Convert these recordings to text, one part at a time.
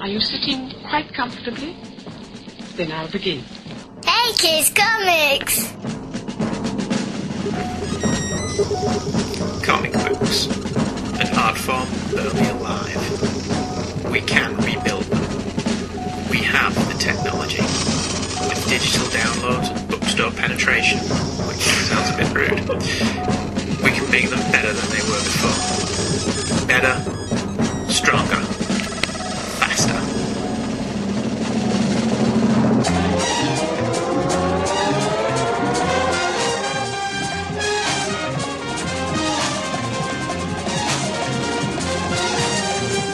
Are you sitting quite comfortably? Then I'll begin. Hey Kids Comics! comic books, an art form barely alive. We can rebuild them. We have the technology. With digital downloads and bookstore penetration, which sounds a bit rude, we can make them better than they were before. Better, stronger, faster.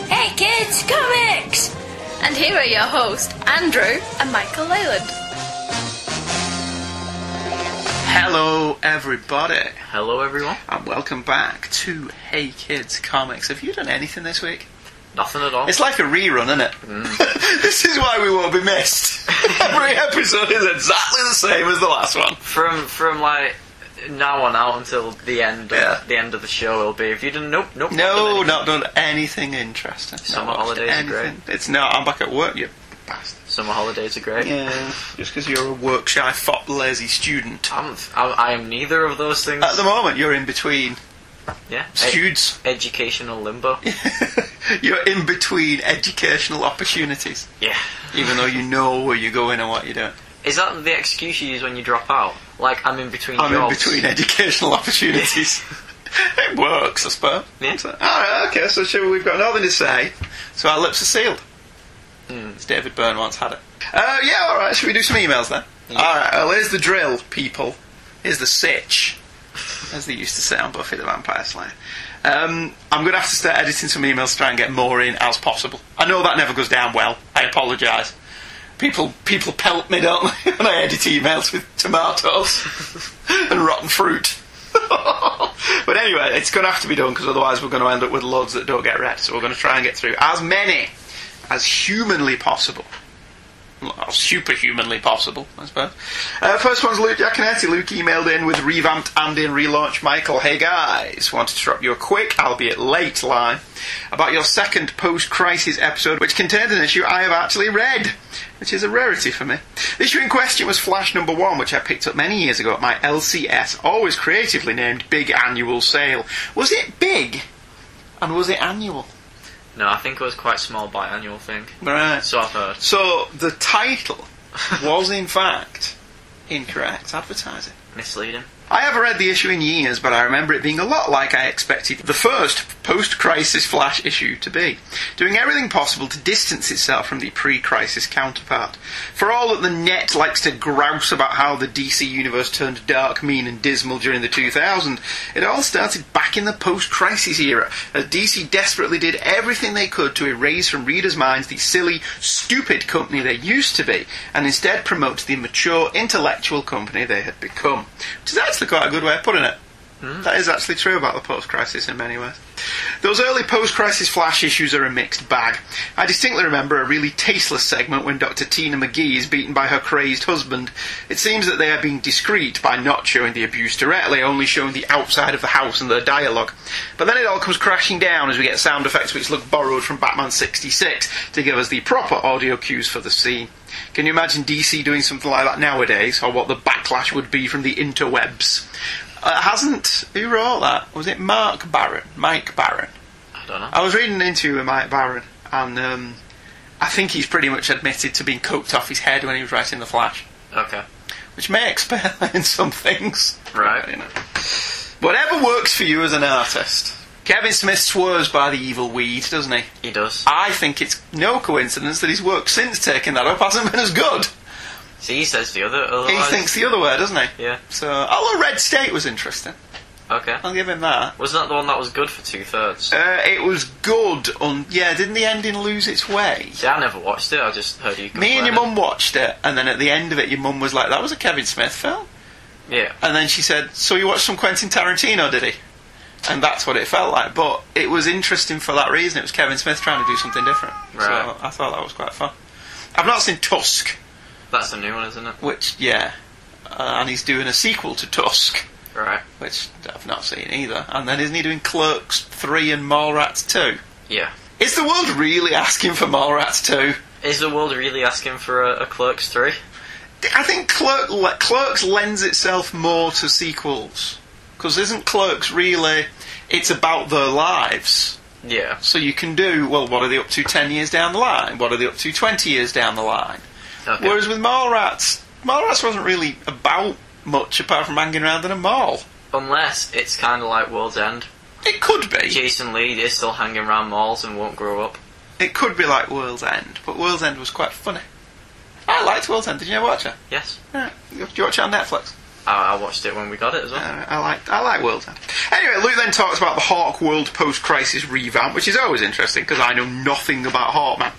Hey Kids Comics! And here are your hosts, Andrew and Michael Leyland. Hello, everybody, Hello, everyone. and welcome back to Hey Kids Comics. Have you done anything this week? Nothing at all. It's like a rerun, isn't it? Mm. this is why we won't be missed. Every episode is exactly the same as the last one. from from like now on out until the end. Of, Yeah. The end of the show will be. If you didn't, nope, nope. No, nothing. not done anything interesting. Summer Not watched holidays are great. anything. It's no, I'm back at work, you bastard. Summer holidays are great. Yeah, just because you're a work shy, fop, lazy student. I'm, I'm, I'm neither of those things. At the moment, you're in between yeah. E- studes. educational limbo. you're in between educational opportunities, yeah. even though you know where you're going and what you're doing. Is that the excuse you use when you drop out? Like I'm in between. I'm in jobs. between educational opportunities. it works, I suppose. Yeah. So- all right, okay, so sure, we've got nothing to say, so our lips are sealed. Hmm. As David Byrne once had it. Uh, yeah, all right, should we do some emails then? Yeah. All right, well, here's the drill, people. Here's the sitch, as they used to say on Buffy the Vampire Slayer. Um, I'm going to have to start editing some emails to try and get more in as possible. I know that never goes down well. I apologise. People, people pelt me, don't they, when I edit emails with tomatoes and rotten fruit. but anyway, it's going to have to be done because otherwise we're going to end up with loads that don't get read. So we're going to try and get through as many as humanly possible. Well, superhumanly possible, I suppose. Uh, first one's Luke Giaconetti. Luke emailed in with revamped and in relaunch Michael. Hey guys, wanted to drop you a quick, albeit late, line about your second post crisis episode, which contained an issue I have actually read, which is a rarity for me. The issue in question was Flash number one, which I picked up many years ago at my LCS, always creatively named Big Annual Sale. Was it big? And was it annual? No, I think it was quite small biannual thing. Right. So I've heard. So the title was in fact incorrect advertising. Misleading. I haven't read the issue in years, but I remember it being a lot like I expected the first post crisis Flash issue to be, doing everything possible to distance itself from the pre crisis counterpart. For all that the net likes to grouse about how the DC universe turned dark, mean, and dismal during the 2000s, it all started back in the post crisis era, as DC desperately did everything they could to erase from readers' minds the silly, stupid company they used to be, and instead promote the mature, intellectual company they had become. Which is actually quite a good way of putting it. Mm-hmm. That is actually true about the post crisis in many ways. Those early post crisis flash issues are a mixed bag. I distinctly remember a really tasteless segment when Dr. Tina McGee is beaten by her crazed husband. It seems that they are being discreet by not showing the abuse directly, only showing the outside of the house and their dialogue. But then it all comes crashing down as we get sound effects which look borrowed from Batman 66 to give us the proper audio cues for the scene. Can you imagine DC doing something like that nowadays, or what the backlash would be from the interwebs? Uh, hasn't who wrote that? Was it Mark Barron? Mike Barron? I don't know. I was reading an interview with Mike Barron, and um, I think he's pretty much admitted to being coked off his head when he was writing The Flash, Okay. which may explain some things. Right. You know. Whatever works for you as an artist. Kevin Smith swears by the evil weed, doesn't he? He does. I think it's no coincidence that his work since taking that up hasn't been as good. See, he says the other. He Otherwise, thinks the other way, doesn't he? Yeah. So, although Red State was interesting, Okay. I'll give him that. Wasn't that the one that was good for two thirds? Uh, it was good. On yeah, didn't the ending lose its way? See, I never watched it. I just heard you. Me and your mum complaining. watched it, and then at the end of it, your mum was like, "That was a Kevin Smith film," Yeah. and then she said, "So you watched some Quentin Tarantino, did he?" And that's what it felt like. But it was interesting for that reason. It was Kevin Smith trying to do something different. Right. So I thought that was quite fun. I've not seen Tusk, That's the new one, isn't it? which yeah, uh, and he's doing a sequel to Tusk, Right. which I've not seen either. And then isn't he doing Clerks three and Mallrats two? Yeah. Is the world really asking for Mallrats 2? Is the world really asking for a, a Clerks 3? I think Clerk, Clerks lends itself more to sequels. Because isn't Clerks really. It's about their lives. Yeah. So you can do, well, what are they up to 10 years down the line? What are they up to 20 years down the line? Okay. Whereas with Mallrats, Mallrats wasn't really about much apart from hanging around in a mall. Unless it's kind of like World's End. It could be. Jason Lee is still hanging around malls and won't grow up. It could be like World's End, but World's End was quite funny. I liked World's End. Did you ever watch it? Yes. Yeah. Did you watch it on Netflix? I, I watched it when we got it as well. Uh, I like I like World's End. Anyway, Luke then talks about the Hawk World post crisis revamp, which is always interesting because I know nothing about Hawkman.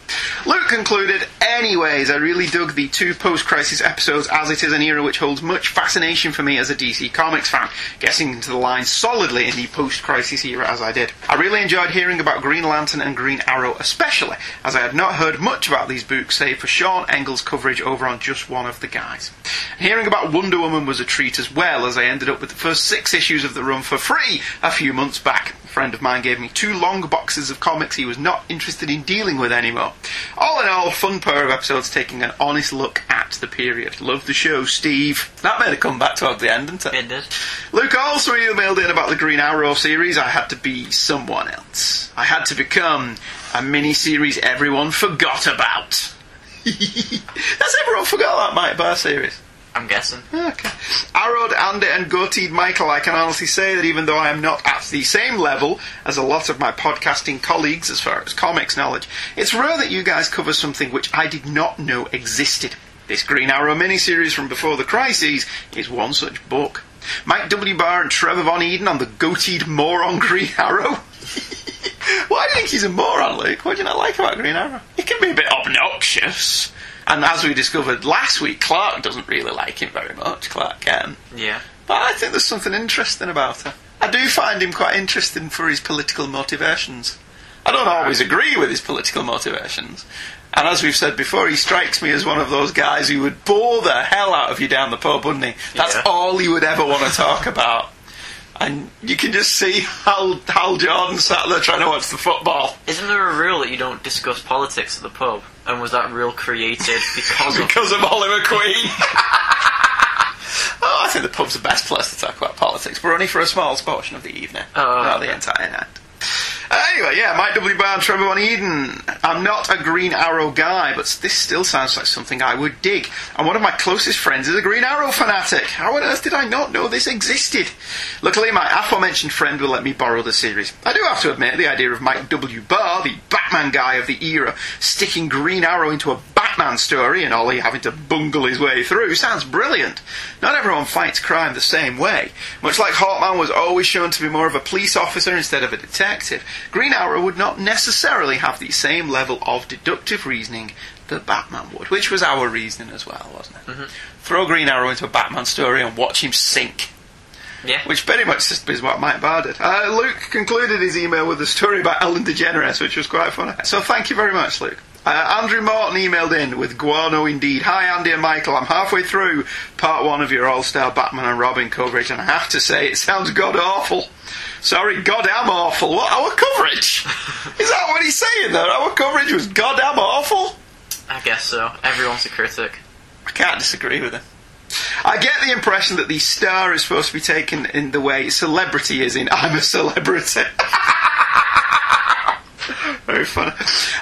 Luke concluded, anyways, I really dug the two post crisis episodes as it is an era which holds much fascination for me as a DC Comics fan, getting into the line solidly in the post crisis era as I did. I really enjoyed hearing about Green Lantern and Green Arrow, especially as I had not heard much about these books save for Sean Engel's coverage over on Just One of the Guys. Hearing about Wonder Woman was a treat as well, as I ended up with the first six issues of the run for free a few months back. A friend of mine gave me two long boxes of comics he was not interested in dealing with anymore. All in all, fun pair of episodes taking an honest look at the period. Love the show, Steve. That made a comeback toward the end, didn't it? It did. Luke also emailed in about the Green Arrow series. I had to be someone else. I had to become a mini series everyone forgot about. That's everyone forgot about Mike Bar series. I'm guessing. Okay. Arrowed, Andy, and Goateed Michael, I can honestly say that even though I am not at the same level as a lot of my podcasting colleagues as far as comics knowledge, it's rare that you guys cover something which I did not know existed. This Green Arrow miniseries from before the crises is one such book. Mike W. Barr and Trevor Von Eden on the goateed moron Green Arrow. Why do you think he's a moron, Luke? What do you not like about Green Arrow? He can be a bit obnoxious. And as we discovered last week, Clark doesn't really like him very much, Clark Kent. Yeah. But I think there's something interesting about him. I do find him quite interesting for his political motivations. I don't always agree with his political motivations. And as we've said before, he strikes me as one of those guys who would bore the hell out of you down the pub, wouldn't he? That's Yeah. all he would ever want to talk about. And you can just see Hal, Hal Jordan sat there trying to watch the football. Isn't there a rule that you don't discuss politics at the pub? And was that rule created because of because of Oliver Queen. oh, I think the pub's the best place to talk about politics, but only for a small portion of the evening, Oh, not the okay. entire night. Uh, Anyway, yeah, Mike W. Barr and Trevor Von Eden. I'm not a Green Arrow guy, but this still sounds like something I would dig. And one of my closest friends is a Green Arrow fanatic. How on earth did I not know this existed? Luckily, my aforementioned friend will let me borrow the series. I do have to admit, the idea of Mike W. Barr, the Batman guy of the era, sticking Green Arrow into a Batman story and Ollie having to bungle his way through sounds brilliant. Not everyone fights crime the same way. Much like Hawkman was always shown to be more of a police officer instead of a detective, Green Arrow would not necessarily have the same level of deductive reasoning that Batman would, which was our reasoning as well, wasn't it? Throw Green Arrow into a Batman story and watch him sink Yeah. which very much is what Mike Barr did. Uh, Luke concluded his email with a story about Ellen DeGeneres, which was quite funny. So thank you very much, Luke. Uh, Andrew Morton emailed in with Guano indeed. Hi Andy and Michael, I'm halfway through part one of your All Star Batman and Robin coverage, and I have to say it sounds god awful. Sorry, goddamn awful. What our coverage? is that what he's saying there? Our coverage was goddamn awful. I guess so. Everyone's a critic. I can't disagree with him. I get the impression that the star is supposed to be taken in the way celebrity is in I'm a celebrity. Very funny.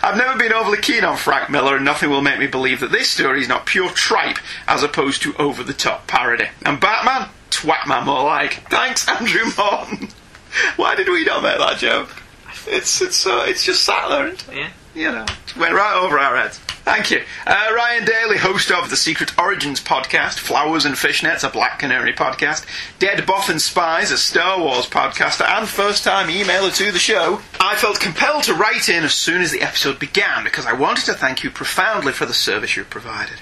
I've never been overly keen on Frank Miller, and nothing will make me believe that this story is not pure tripe as opposed to over the top parody. And Batman? Twatman, more like. Thanks, Andrew Morton. Why did we not make that joke? It's, it's, uh, it's just sat there, isn't it? Yeah. you know, it went right over our heads. Thank you. Uh, Ryan Daly, host of the Secret Origins podcast, Flowers and Fishnets, a Black Canary podcast, Dead Boffin Spies, a Star Wars podcaster, and first time emailer to the show, I felt compelled to write in as soon as the episode began because I wanted to thank you profoundly for the service you provided.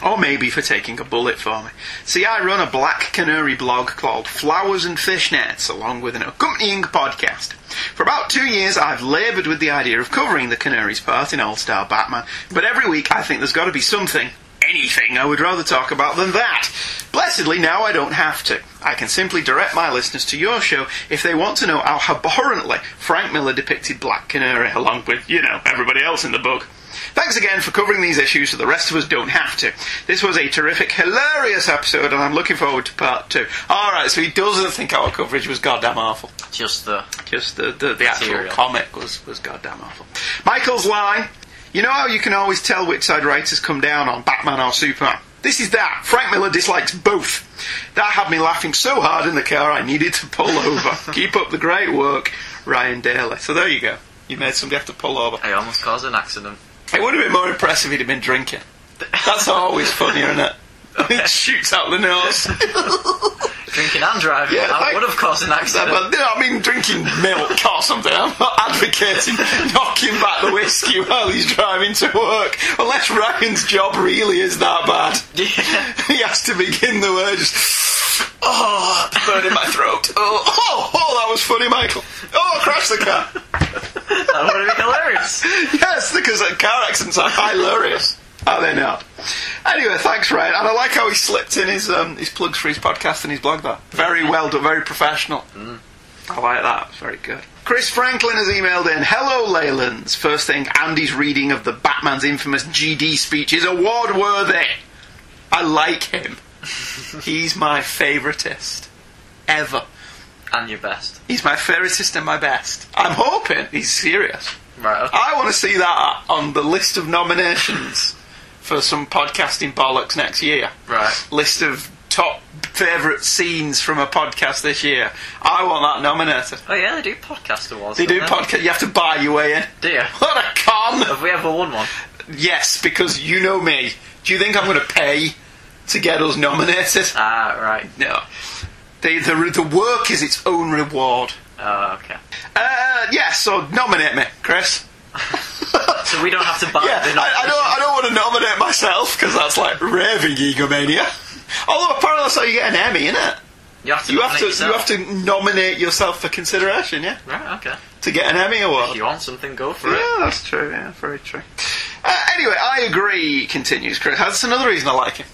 Or maybe for taking a bullet for me. See, I run a black canary blog called Flowers and Fishnets, along with an accompanying podcast. For about two years, I've laboured with the idea of covering the canary's part in All Star Batman, but every week I think there's got to be something anything I would rather talk about than that. Blessedly, now I don't have to. I can simply direct my listeners to your show if they want to know how abhorrently Frank Miller depicted Black Canary, along with, you know, everybody else in the book. Thanks again for covering these issues so the rest of us don't have to. This was a terrific, hilarious episode, and I'm looking forward to part two. Alright, so he doesn't think our coverage was goddamn awful. Just the Just the, the, the actual Material. comic was, was goddamn awful. Michael's line You know how you can always tell which side writers come down on Batman or Superman? This is that. Frank Miller dislikes both. That had me laughing so hard in the car I needed to pull over. Keep up the great work, Ryan Daly. So there you go. You made somebody have to pull over. I almost caused an accident. It would have been more impressive if he'd been drinking. That's always funnier, isn't it? It shoots out the nose. Drinking and driving, Yeah, I thank- would have caused an accident. But, you know, I mean, drinking milk or something. I'm not advocating knocking back the whiskey while he's driving to work, unless Ryan's job really is that bad. Yeah. He has to begin the word just. Oh, that's burning my throat. Oh, oh, oh, that was funny, Michael. Oh, crash the car. that would have been hilarious. Yes, because uh, car accidents are hilarious. Are they not? Anyway, thanks, Ryan. And I like how he slipped in his um, his plugs for his podcast and his blog there. Very well done, very professional. I like that. It's very good. Chris Franklin has emailed in Hello, Leylands. First thing, Andy's reading of the Batman's infamous GD speech is award worthy. I like him. He's my favoritist. Ever. And your best. He's my favoritist and my best. I'm hoping he's serious. Right, okay. I want to see that on the list of nominations for some podcasting bollocks next year. Right. List of top favourite scenes from a podcast this year. I want that nominated. Oh yeah, they do podcast awards. They do don't podcast. You have to buy your way in. Do you? What a con! Have we ever won one? Yes, because you know me. Do you think I'm going to pay to get us nominated? Ah, right. No. The, the, the work is its own reward. Oh, okay. Uh, yeah, so nominate me, Chris. So we don't have to buy. Yeah, I, the I nomination. don't. I don't want to nominate myself because that's like raving egomania. Although apparently that's how you get an Emmy, innit? You have to. You have to. nominate You have to nominate yourself for consideration, yeah, yourself. Right, okay. to get an Emmy award. If you want something, go for Yeah, it. that's true. Yeah, very true. Uh, anyway, I agree. Continues Chris. That's another reason I like him.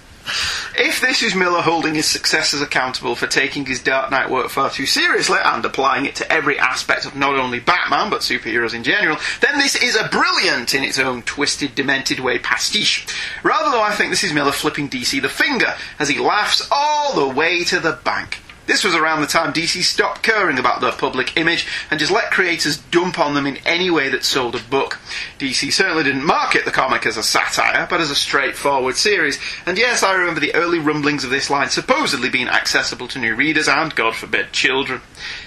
If this is Miller holding his successors accountable for taking his Dark Knight work far too seriously and applying it to every aspect of not only Batman but superheroes in general, then this is a brilliant in its own twisted, demented way pastiche. Rather though, I think this is Miller flipping DC the finger as he laughs all the way to the bank. This was around the time DC stopped caring about their public image and just let creators dump on them in any way that sold a book. DC certainly didn't market the comic as a satire, but as a straightforward series. And yes, I remember the early rumblings of this line supposedly being accessible to new readers and, God forbid, children.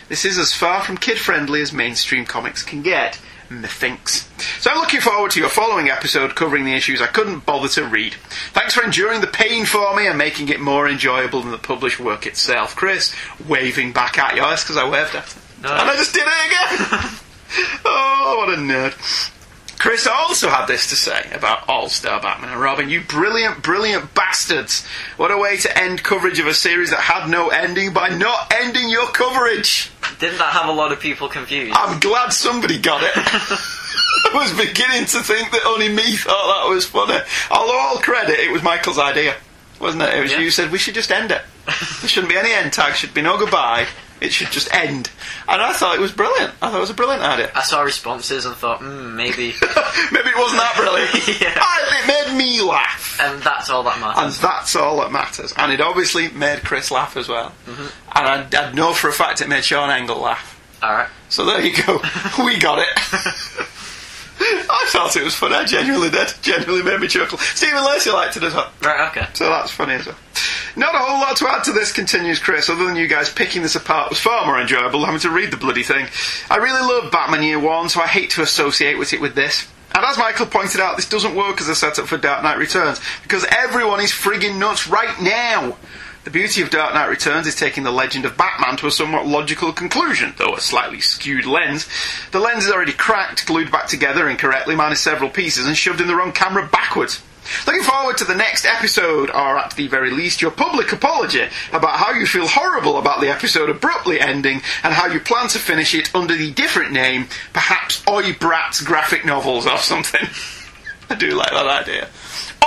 This is as far from kid friendly as mainstream comics can get, methinks. So I'm looking forward to your following episode covering the issues I couldn't bother to read. Thanks for enduring the pain for me and making it more enjoyable than the published work itself. Chris, waving back at you. That's because I waved at him. Nice. And I just did it again! oh, what a nerd. Chris also had this to say about All Star Batman and Robin. You brilliant, brilliant bastards. What a way to end coverage of a series that had no ending by not ending your coverage. Didn't that have a lot of people confused? I'm glad somebody got it. I was beginning to think that only me thought that was funny. Although all credit, it was Michael's idea, wasn't it? It was Yeah. you who said we should just end it. There shouldn't be any end tag. Should be no goodbye. It should just end. And I thought it was brilliant. I thought it was a brilliant idea. I saw responses and thought, hmm, maybe. Maybe it wasn't that brilliant. Yeah. I- it made me laugh. and that's all that matters. And that's all that matters. And it obviously made Chris laugh as well. Mm-hmm. And I, I know for a fact it made Sean Engel laugh. Alright. So there you go. we got it. I thought it was funny. I genuinely did. Genuinely made me chuckle. Stephen Lacey liked it as well. Right, okay. So that's funny as well. Not a whole lot to add to this, continues Chris, other than you guys picking this apart was far more enjoyable than having to read the bloody thing. I really love Batman Year One, so I hate to associate with it with this. And as Michael pointed out, this doesn't work as a setup for Dark Knight Returns, because everyone is friggin' nuts right now. The beauty of Dark Knight Returns is taking the legend of Batman to a somewhat logical conclusion, though a slightly skewed lens. The lens is already cracked, glued back together incorrectly, minus several pieces, and shoved in the wrong camera backwards. Looking forward to the next episode, or at the very least, your public apology about how you feel horrible about the episode abruptly ending and how you plan to finish it under the different name, perhaps Oi Brat's graphic novels or something. I do like that idea.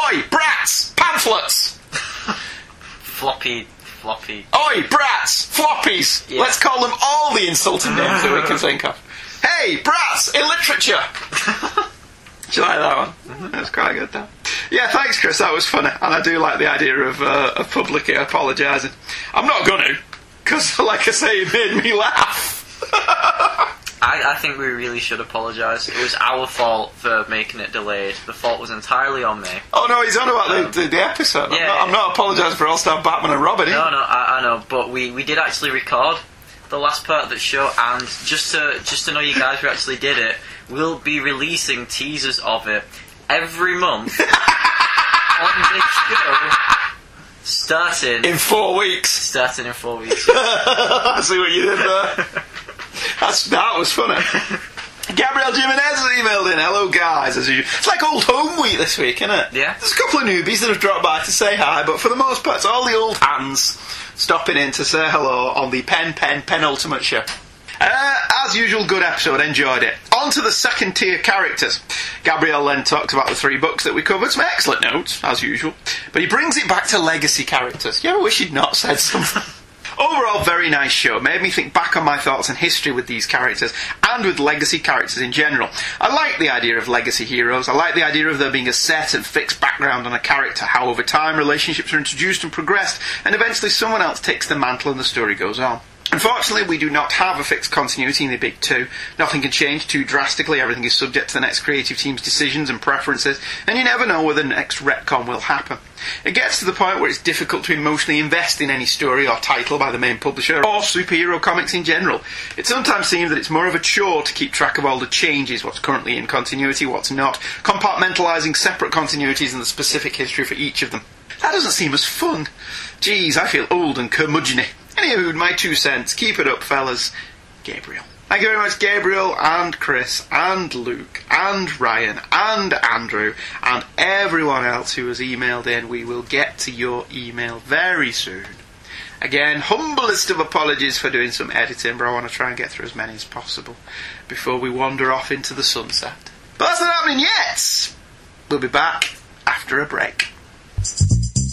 Oi, brats! Pamphlets! Floppy, floppy. Oi, brats! Floppies! Yeah. Let's call them all the insulting names that we can think of. Hey, brats! In literature! do you like that one? Mm-hmm. That's quite good, though. Yeah, thanks, Chris. That was funny. And I do like the idea of, uh, of publicly apologising. I'm not going to, because, like I say, it made me laugh. I, I think we really should apologise. It was our fault for making it delayed. The fault was entirely on me. oh, no, he's on about the, the, the episode. I'm yeah, not, I'm yeah. not apologising for All Star Batman and Robin. No, no, I, I know, but we, we did actually record the last part of the show, and just to just to know you guys who actually did it, we'll be releasing teasers of it every month on this show, starting In four weeks. starting in four weeks. I see what you did there. That's, that was funny. Gabriel Jimenez has emailed in. Hello, guys. As usual. It's like old home week this week, isn't it? Yeah. There's a couple of newbies that have dropped by to say hi, but for the most part, it's all the old hands stopping in to say hello on the Pen Pen penultimate show. Uh, as usual, good episode. Enjoyed it. On to the second tier characters. Gabriel then talks about the three books that we covered. Some excellent notes, as usual. But he brings it back to legacy characters. You ever wish he'd not said something? Overall, very nice show. Made me think back on my thoughts and history with these characters and with legacy characters in general. I like the idea of legacy heroes. I like the idea of there being a set and fixed background on a character, how over time relationships are introduced and progressed, and eventually someone else takes the mantle and the story goes on. Unfortunately, we do not have a fixed continuity in the Big Two. Nothing can change too drastically. Everything is subject to the next creative team's decisions and preferences, and you never know whether the next retcon will happen. It gets to the point where it's difficult to emotionally invest in any story or title by the main publisher or superhero comics in general. It sometimes seems that it's more of a chore to keep track of all the changes, what's currently in continuity, what's not, compartmentalising separate continuities and the specific history for each of them. That doesn't seem as fun. Geez, I feel old and curmudgeony. Anywho, my two cents. Keep it up, fellas. Gabriel. Thank you very much, Gabriel and Chris and Luke and Ryan and Andrew and everyone else who has emailed in. We will get to your email very soon. Again, humblest of apologies for doing some editing, but I want to try and get through as many as possible before we wander off into the sunset. But that's not happening yet! We'll be back after a break.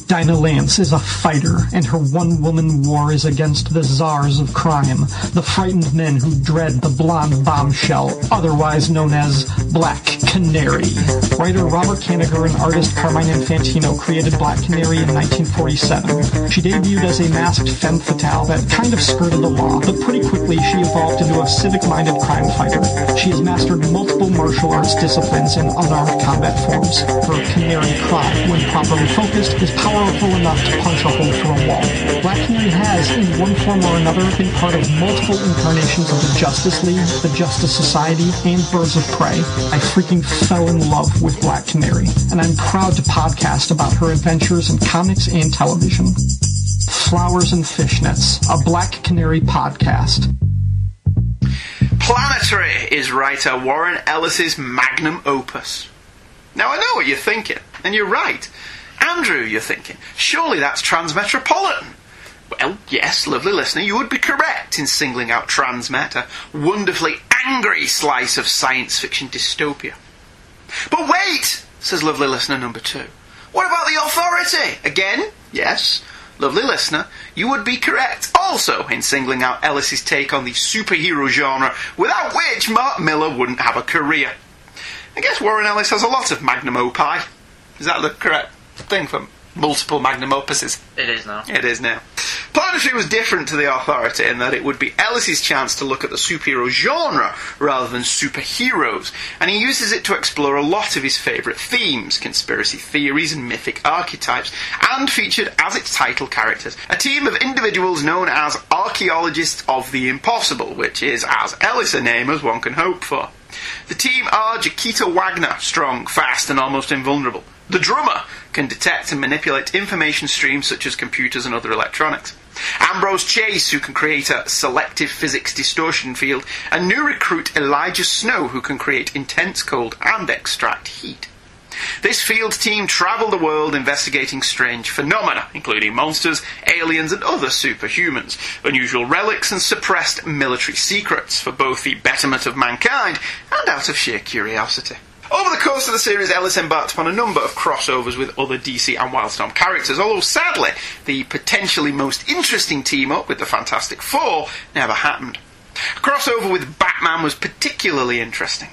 Dinah Lance is a fighter, and her one woman war is against the czars of crime, the frightened men who dread the blonde bombshell, otherwise known as Black Canary. Writer Robert Kaniger and artist Carmine Infantino created Black Canary in 1947. She debuted as a masked femme fatale that kind of skirted the law, but pretty quickly she evolved into a civic minded crime fighter. She has mastered multiple martial arts disciplines and unarmed combat forms. Her canary cry, when properly focused, is powerful enough to punch a hole through a wall. Black Canary has, in one form or another, been part of multiple incarnations of the Justice League, the Justice Society, and Birds of Prey. I freaking fell in love with Black Canary, and I'm proud to podcast about her adventures in comics and television. Flowers and Fishnets, a Black Canary podcast. Planetary is writer Warren Ellis's magnum opus. Now I know what you're thinking, and you're right. Andrew, you're thinking, surely that's Transmetropolitan. Well, yes, lovely listener, you would be correct in singling out Transmet, a wonderfully angry slice of science fiction dystopia. But wait, says lovely listener number two. What about the authority? Again, yes, lovely listener, you would be correct also in singling out Ellis's take on the superhero genre, without which Mark Miller wouldn't have a career. I guess Warren Ellis has a lot of magnum opii. Is that the correct thing for multiple magnum opuses? It is now. It is now. Planetary was different to the Authority in that it would be Ellis's chance to look at the superhero genre rather than superheroes, and he uses it to explore a lot of his favourite themes, conspiracy theories and mythic archetypes, and featured as its title characters a team of individuals known as Archaeologists of the Impossible, which is as Ellis a name as one can hope for. The team are Jaquita Wagner, strong, fast, and almost invulnerable. The drummer can detect and manipulate information streams such as computers and other electronics. Ambrose Chase, who can create a selective physics distortion field, and new recruit Elijah Snow, who can create intense cold and extract heat. This field team travel the world investigating strange phenomena, including monsters, aliens, and other superhumans, unusual relics, and suppressed military secrets for both the betterment of mankind and out of sheer curiosity. Over the course of the series, Ellis embarked upon a number of crossovers with other DC and Wildstorm characters, although sadly, the potentially most interesting team up with the Fantastic Four never happened. A crossover with Batman was particularly interesting.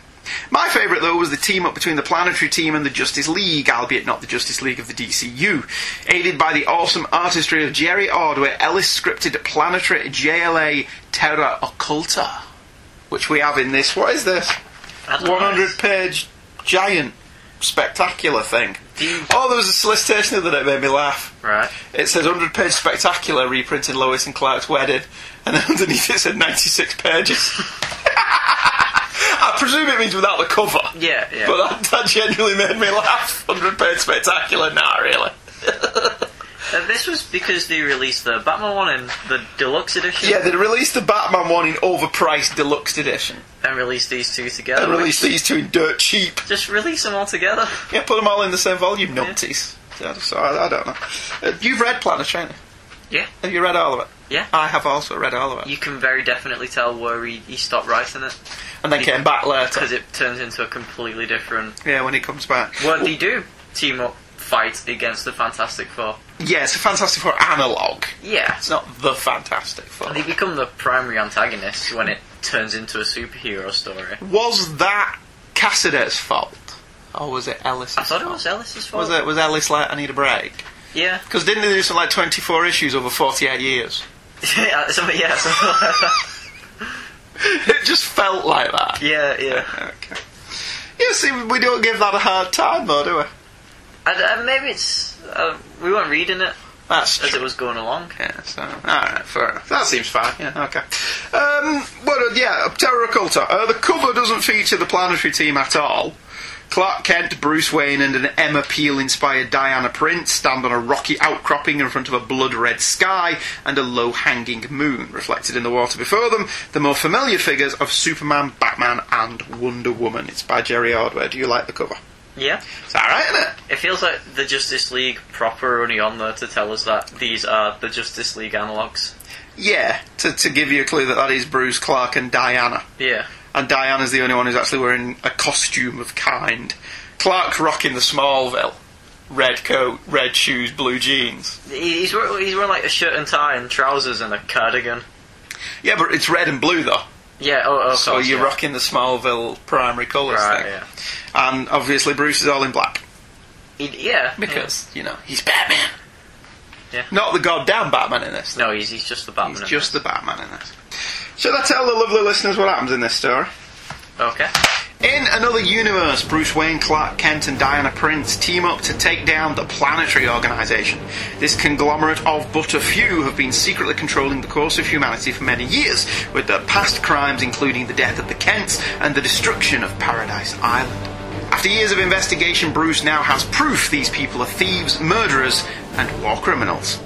My favourite, though, was the team up between the Planetary Team and the Justice League, albeit not the Justice League of the DCU. Aided by the awesome artistry of Jerry Ordway, Ellis scripted Planetary JLA Terra Occulta, which we have in this. What is this? I don't know. 100 page giant spectacular thing. Do you- Oh, there was a solicitation the other day that made me laugh. Right. It says 100 page spectacular reprinting Lois and Clark's wedding, and then underneath it said 96 pages. I presume it means without the cover. Yeah, yeah. But that, that genuinely made me laugh. 100 page spectacular, nah, really. Uh, this was because they released the Batman one in the deluxe edition Yeah, they released the Batman one in overpriced deluxed edition. and released these two together. And which- released these two in dirt cheap. Just release them all together. Yeah, put them all in the same volume, numpties. Yeah, so I, I don't know. Uh, You've read Planet Trainer. Yeah. Have you read all of it? Yeah. I have also read all of it. You can very definitely tell where he, he stopped writing it And then came back later. because it turns into a completely different. Yeah, when it comes back. What they do? Team up, fight against the Fantastic Four. Yeah, it's a Fantastic Four analogue. Yeah. It's not the Fantastic Four. They become the primary antagonists when it turns into a superhero story. Was that Cassidet's fault? Or was it Ellis? I thought it was Ellis's fault. Was it was Ellis like I need a break? Yeah. Because didn't they do something like twenty four issues over forty eight years? yeah. Something, yeah. Something like that. it just felt like that. Yeah. Yeah. Okay. Yeah, see, we don't give that a hard time though, do we? And, uh, maybe it's uh, we weren't reading it That's as true. it was going along. Yeah, so alright, fair enough. That seems fine, yeah, okay. Um but uh, yeah, Terra Occulta. Uh, the cover doesn't feature the planetary team at all. Clark Kent, Bruce Wayne, and an Emma Peel inspired Diana Prince stand on a rocky outcropping in front of a blood red sky and a low hanging moon. Reflected in the water before them, the more familiar figures of Superman, Batman, and Wonder Woman. It's by Jerry Ordway. Do you like the cover? Yeah. It's alright, isn't it? It feels like the Justice League proper are only on there to tell us that these are the Justice League analogues. Yeah, to, to give you a clue that that is Bruce, Clark, and Diana. Yeah. and Diana's the only one who's actually wearing a costume of kind. Clark's rocking the Smallville red coat, red shoes, blue jeans. He- He's wearing, he's wearing like a shirt and tie and trousers and a cardigan. Yeah, but it's red and blue though, Yeah, oh, oh of so course, you're yeah. rocking the Smallville primary colours Right, thing. yeah. And obviously Bruce is all in black He- yeah. because you know he's Batman. Yeah. Not the goddamn Batman in this. No, he's, he's just the Batman. He's in just the Batman in this. Should I tell the lovely listeners what happens in this story? this. Okay. In another universe, Bruce Wayne, Clark Kent, and Diana Prince team up to take down the Planetary Organization. This conglomerate of but a few have been secretly controlling the course of humanity for many years, with their past crimes including the death of the Kents and the destruction of Paradise Island. After years of investigation, Bruce now has proof these people are thieves, murderers, and war criminals.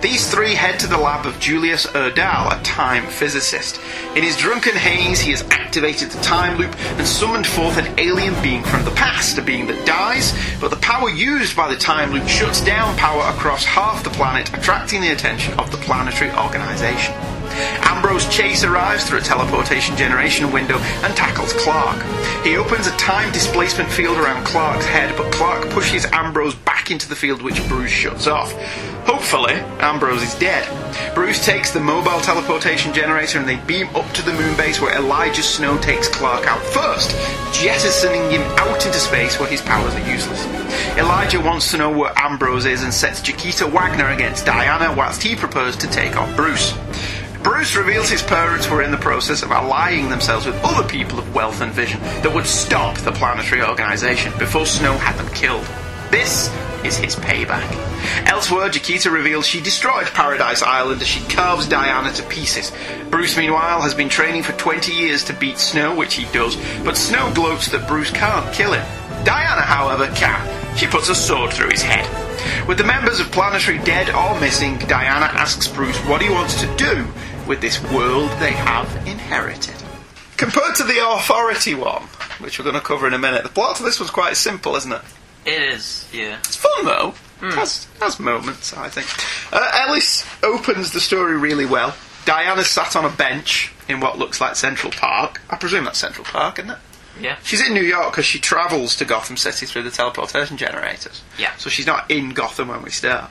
These three head to the lab of Julius Erdal, a time physicist. In his drunken haze, he has activated the time loop and summoned forth an alien being from the past, a being that dies, but the power used by the time loop shuts down power across half the planet, attracting the attention of the planetary organization. Ambrose Chase arrives through a teleportation generation window and tackles Clark. He opens a time displacement field around Clark's head, but Clark pushes Ambrose back into the field, which Bruce shuts off. Hopefully, Ambrose is dead. Bruce takes the mobile teleportation generator and they beam up to the moon base where Elijah Snow takes Clark out first, jettisoning him out into space where his powers are useless. Elijah wants to know where Ambrose is and sets Chiquita Wagner against Diana whilst he prepares to take on Bruce. Bruce reveals his parents were in the process of allying themselves with other people of wealth and vision that would stop the planetary organization before Snow had them killed. This is his payback. Elsewhere, Jaquita reveals she destroyed Paradise Island as she carves Diana to pieces. Bruce, meanwhile, has been training for 20 years to beat Snow, which he does, but Snow gloats that Bruce can't kill him. Diana, however, can. She puts a sword through his head. With the members of Planetary dead or missing, Diana asks Bruce what he wants to do with this world they have inherited. Compared to the Authority one, which we're going to cover in a minute, the plot to this one's quite simple, isn't it? It is, yeah. It's fun though. It Has has moments, I think. Uh, Ellis opens the story really well. Diana's sat on a bench in what looks like Central Park. I presume that's Central Park, isn't it? Yeah. She's in New York because she travels to Gotham City through the teleportation generators. Yeah. So she's not in Gotham when we start.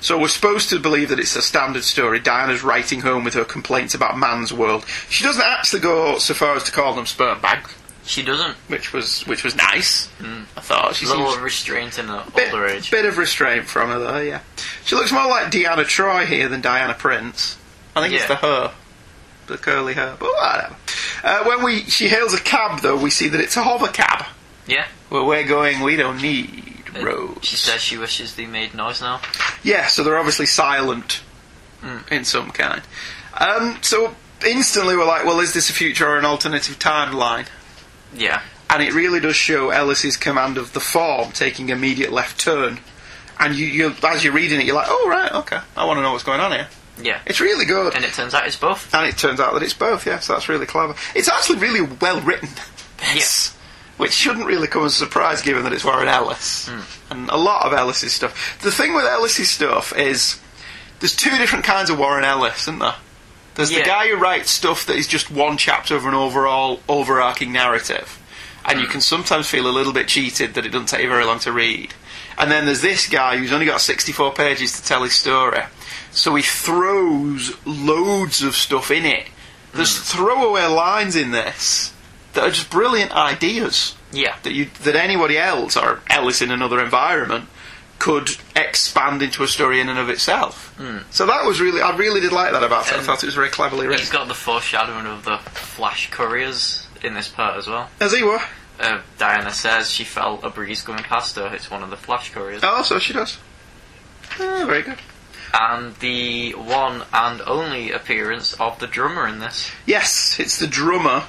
So we're supposed to believe that it's a standard story. Diana's writing home with her complaints about man's world. She doesn't actually go so far as to call them sperm bag, She doesn't. which was which was nice. I thought she A little seems- restraint in her bit, older age. bit of restraint from her though. Yeah. She looks more like Deanna Troy here than Diana Prince. I think it's Yeah. the her, the curly hair. But whatever. Uh, when we she hails a cab though, we see that it's a hover cab. Yeah. Where we're going, we don't need Uh, roads. She says she wishes they made noise now. Yeah, so they're obviously silent Mm. in some kind. Um, so instantly we're like, well, is this a future or an alternative timeline? Yeah. And it really does show Ellis's command of the form taking immediate left turn. And you, you as you're reading it, you're like, oh, right, okay, I want to know what's going on here. Yeah. It's really good. And it turns out it's both. And it turns out that it's both, yeah, so that's really clever. It's actually really well written. Yes. Which shouldn't really come as a surprise given that it's Warren Ellis. And a lot of Ellis's stuff. The thing with Ellis's stuff is there's two different kinds of Warren Ellis, isn't there? There's the Yeah. guy who writes stuff that is just one chapter of an overall overarching narrative. And you can sometimes feel a little bit cheated that it doesn't take you very long to read. And then there's this guy who's only got 64 pages to tell his story. So he throws loads of stuff in it. There's throwaway lines in this that are just brilliant ideas Yeah. that you that anybody else or Ellis in another environment could expand into a story in and of itself. So that was really I really did like that about it. I Hmm. And thought it was very cleverly He's written. got the foreshadowing of the Flash couriers in this part as well. As he were. Uh, Diana says she felt a breeze going past her. It's one of the Flash couriers. Oh, so she does. Ah, very good. And the one and only appearance of the drummer in this. Yes, it's the drummer.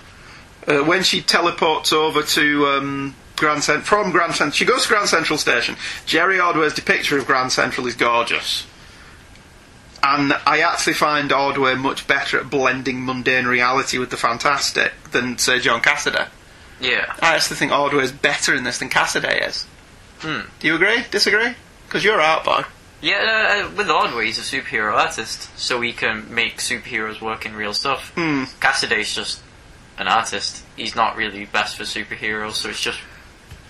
Uh, when she teleports over to um, Grand Cent- from Grand Central, she goes to Grand Central Station. Jerry Ordway's depiction of Grand Central is gorgeous. And I actually find Ordway much better at blending mundane reality with the fantastic than, say, John Cassaday. Yeah. I actually think Ordway is better in this than Cassaday is. Hmm. Do you agree? Disagree? Because you're out, boy. Yeah, uh, uh, with Ordway, he's a superhero artist, so he can make superheroes work in real stuff. Hmm. Cassaday's just an artist. He's not really best for superheroes, so it's just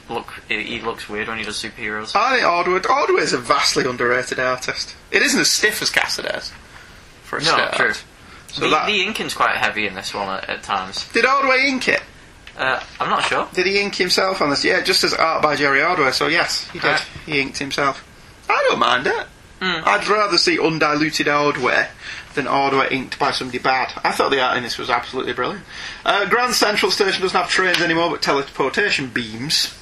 look. He looks weird when he does superheroes. I think Ordway, Ordway is a vastly underrated artist. It isn't as stiff as Cassaday is, for a no, start. true. So The, that- the inking's quite heavy in this one at, at times. Did Ordway ink it? Uh, I'm not sure. Did he ink himself on this? Yeah, it just says art by Jerry Ordway, so yes, he did. Right. He inked himself. I don't mind it. I'd rather see undiluted Ordway than Ordway inked by somebody bad. I thought the art in this was absolutely brilliant. Uh, Grand Central Station doesn't have trains anymore, but teleportation beams.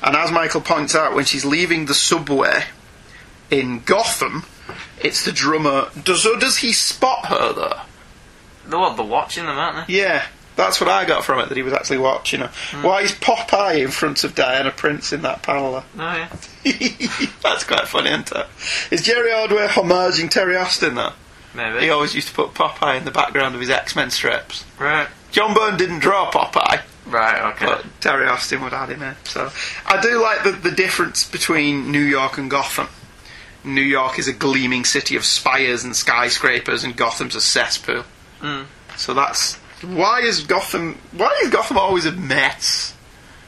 And as Michael points out, when she's leaving the subway in Gotham, it's the drummer. Does, so does he spot her though? The what? The watch in them, aren't they? Yeah, that's what I got from it that he was actually watching her. Why is Popeye in front of Diana Prince in that panel? Oh yeah. that's quite funny, isn't it? Is Jerry Ordway homaging Terry Austin though? Maybe. He always used to put Popeye in the background of his X Men strips. Right. John Byrne didn't draw Popeye, Right. Okay. but Terry Austin would add him in. So I do like the, the difference between New York and Gotham. New York is a gleaming city of spires and skyscrapers, and Gotham's a cesspool. Mm. So that's why is Gotham why is Gotham always a mess?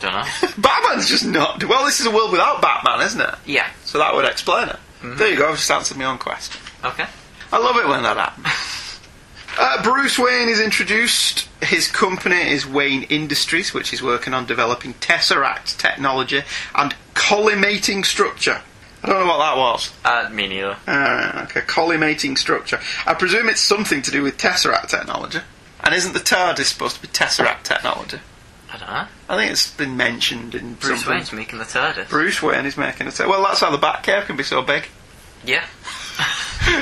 Don't know. Batman's just not. Well, this is a world without Batman, isn't it? yeah. Mm-hmm. So that would explain it. There you go. I've just answered my own question. Okay. I love it when that happens. Uh, Bruce Wayne is introduced. His company is Wayne Industries, which is working on developing tesseract technology and collimating structure. I don't know what that was. Uh, me neither. Ah, okay, collimating structure. I presume it's something to do with tesseract technology. And isn't the TARDIS supposed to be tesseract technology? I don't know. I think it's been mentioned in Bruce something. Wayne's making the TARDIS. Bruce Wayne is making a. T- well, that's how the Batcave can be so big. yeah.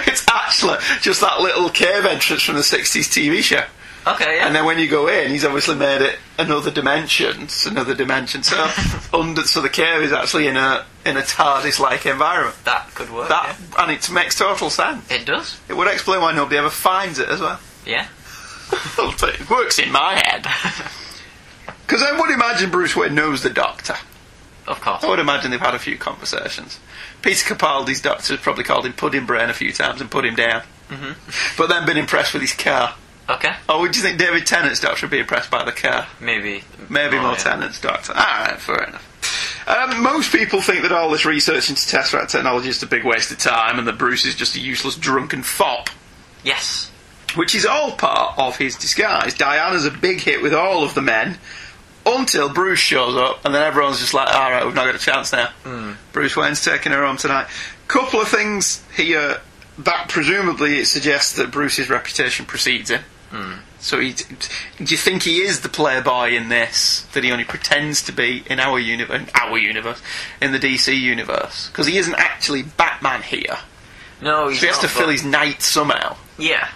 it's actually just that little cave entrance from the 60s TV show. Okay. Yeah. And then when you go in, he's obviously made it another dimension. It's another dimension. So under, so the cave is actually in a in a TARDIS-like environment. that could work. That and it makes total sense. yeah. It does. It would explain why nobody ever finds it as well. Yeah. it works in my head. Because I would imagine Bruce Wayne knows the Doctor. Of course. I would imagine they've had a few conversations. Peter Capaldi's doctor has probably called him Pudding Brain a few times and put him down. Mm-hmm. But then been impressed with his car. Okay, Or would you think David Tennant's Doctor would be impressed by the care? maybe. Maybe Oh, more yeah. Tennant's Doctor. Alright, fair enough. Um, most people think that all this research into Tesseract technology is a big waste of time and that Bruce is just a useless drunken fop. Yes. which is all part of his disguise. Diana's a big hit with all of the men until Bruce shows up, and then everyone's just like, all right, we've not got a chance now. Hmm. Bruce Wayne's taking her home tonight. Couple of things here that presumably it suggests that Bruce's reputation precedes him. Hmm. So, he, do you think he is the playboy in this that he only pretends to be in our universe, in our universe, in the DC universe? Because he isn't actually Batman here. No, So he's he has not, to but- fill his night somehow. Yeah,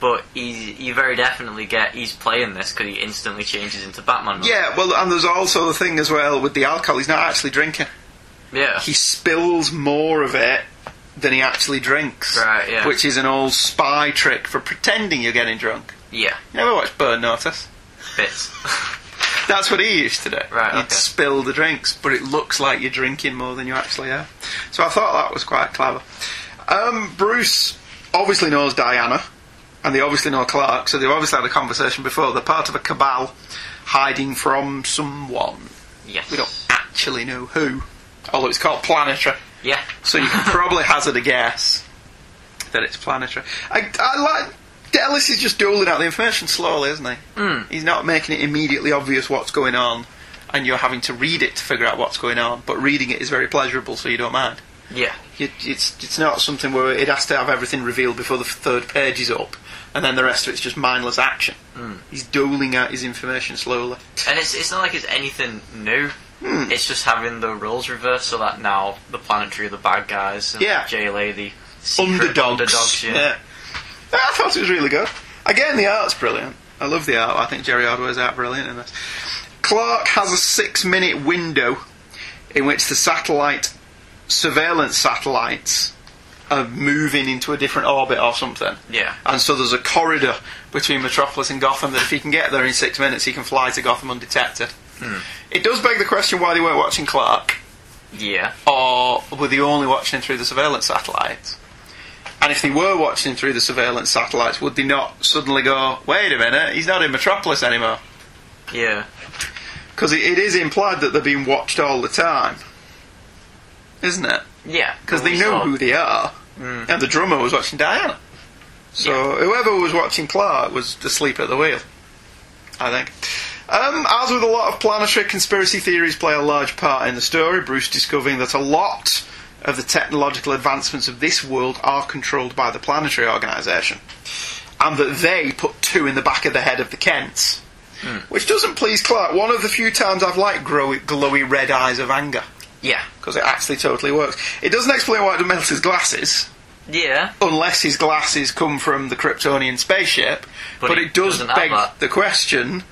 but he's, you very definitely get he's playing this because he instantly changes into Batman. mode. Yeah, well, and there's also the thing as well with the alcohol. He's not actually drinking. yeah, He spills more of it than he actually drinks. Right, yeah. Which is an old spy trick for pretending you're getting drunk. yeah, You ever watch Burn Notice? bits. That's what he used to do. Right, He'd okay. spill the drinks, but it looks like you're drinking more than you actually are. So I thought that was quite clever. Um, Bruce obviously knows Diana, and they obviously know Clark, so they obviously had a conversation before. They're part of a cabal hiding from someone. yes, We don't actually know who, although it's called Planetary, Yeah, so you can probably hazard a guess that it's Planetary. I, I like. Ellis is just doling out the information slowly, isn't he? Mm. He's not making it immediately obvious what's going on, and you're having to read it to figure out what's going on. But reading it is very pleasurable, so you don't mind. yeah, It, it's it's not something where it has to have everything revealed before the third page is up, and then the rest of it's just mindless action. He's doling out his information slowly. and it's it's not like it's anything new. Hmm. It's just having the roles reversed so that now the planetary are the bad guys and Yeah. JLA the secret underdogs. underdogs, yeah. I thought it was really good. Again, the art's brilliant. I love the art. I think Jerry Hardware's art brilliant in this. Clark has a six-minute window in which the satellite surveillance satellites are moving into a different orbit or something. Yeah. And so there's a corridor between Metropolis and Gotham that if he can get there in six minutes, he can fly to Gotham undetected. Hmm. It does beg the question why they weren't watching Clark yeah, or were they only watching through the surveillance satellites? And if they were watching through the surveillance satellites, would they not suddenly go, wait a minute, he's not in Metropolis anymore? yeah. Because it, it is implied that they're being watched all the time, isn't it? Yeah, Because they know who they are. And the drummer was watching Diana. So whoever was watching Clark was asleep at the wheel, I think. Um, as with a lot of planetary conspiracy theories, play a large part in the story. Bruce discovering that a lot of the technological advancements of this world are controlled by the planetary organisation, and that they put two in the back of the head of the Kents, which doesn't please Clark. One of the few times I've liked glowy, glowy red eyes of anger Yeah, because it actually totally works. It doesn't explain why it melts his glasses, yeah, unless his glasses come from the Kryptonian spaceship. But, But he it does doesn't have beg that. the question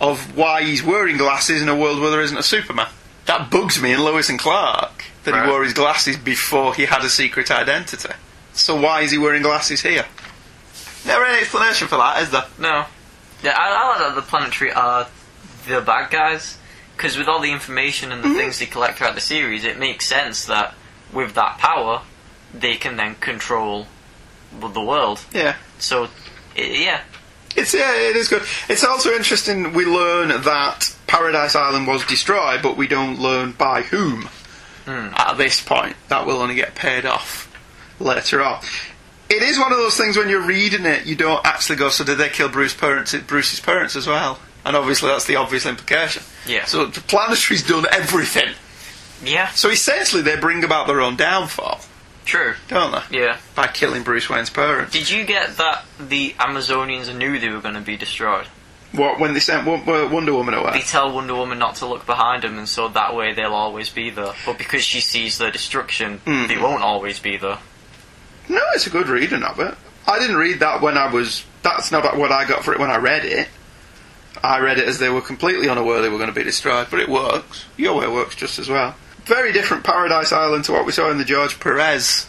of why he's wearing glasses in a world where there isn't a Superman. That bugs me in Lewis and Clark that Right. he wore his glasses before he had a secret identity. So why is he wearing glasses here? Never any explanation for that, is there? no. Yeah, I, I like that the planetary are the bad guys because with all the information and the Mm-hmm. things they collect throughout the series, it makes sense that with that power, they can then control the world. Yeah. So, i yeah, It's yeah, it is good. It's also interesting. We learn that Paradise Island was destroyed, but we don't learn by whom. At this point, that will only get paid off later on. It is one of those things when you're reading it, you don't actually go. So did they kill Bruce's parents? Bruce's parents as well? And obviously, that's the obvious implication. Yeah. So the planetary's done everything. yeah, So essentially, they bring about their own downfall, true. don't they? Yeah. By killing Bruce Wayne's parents. Did you get that the Amazonians knew they were going to be destroyed? What when they sent Wo- Wo- Wonder Woman away? They tell Wonder Woman not to look behind them, and so that way they'll always be there. But because she sees their destruction, Mm. they won't always be there. No, it's a good reading of it. I didn't read that when I was. That's not what I got for it when I read it. I read it as they were completely unaware they were going to be destroyed, but it works. Your way works just as well. Very different Paradise Island to what we saw in the George Perez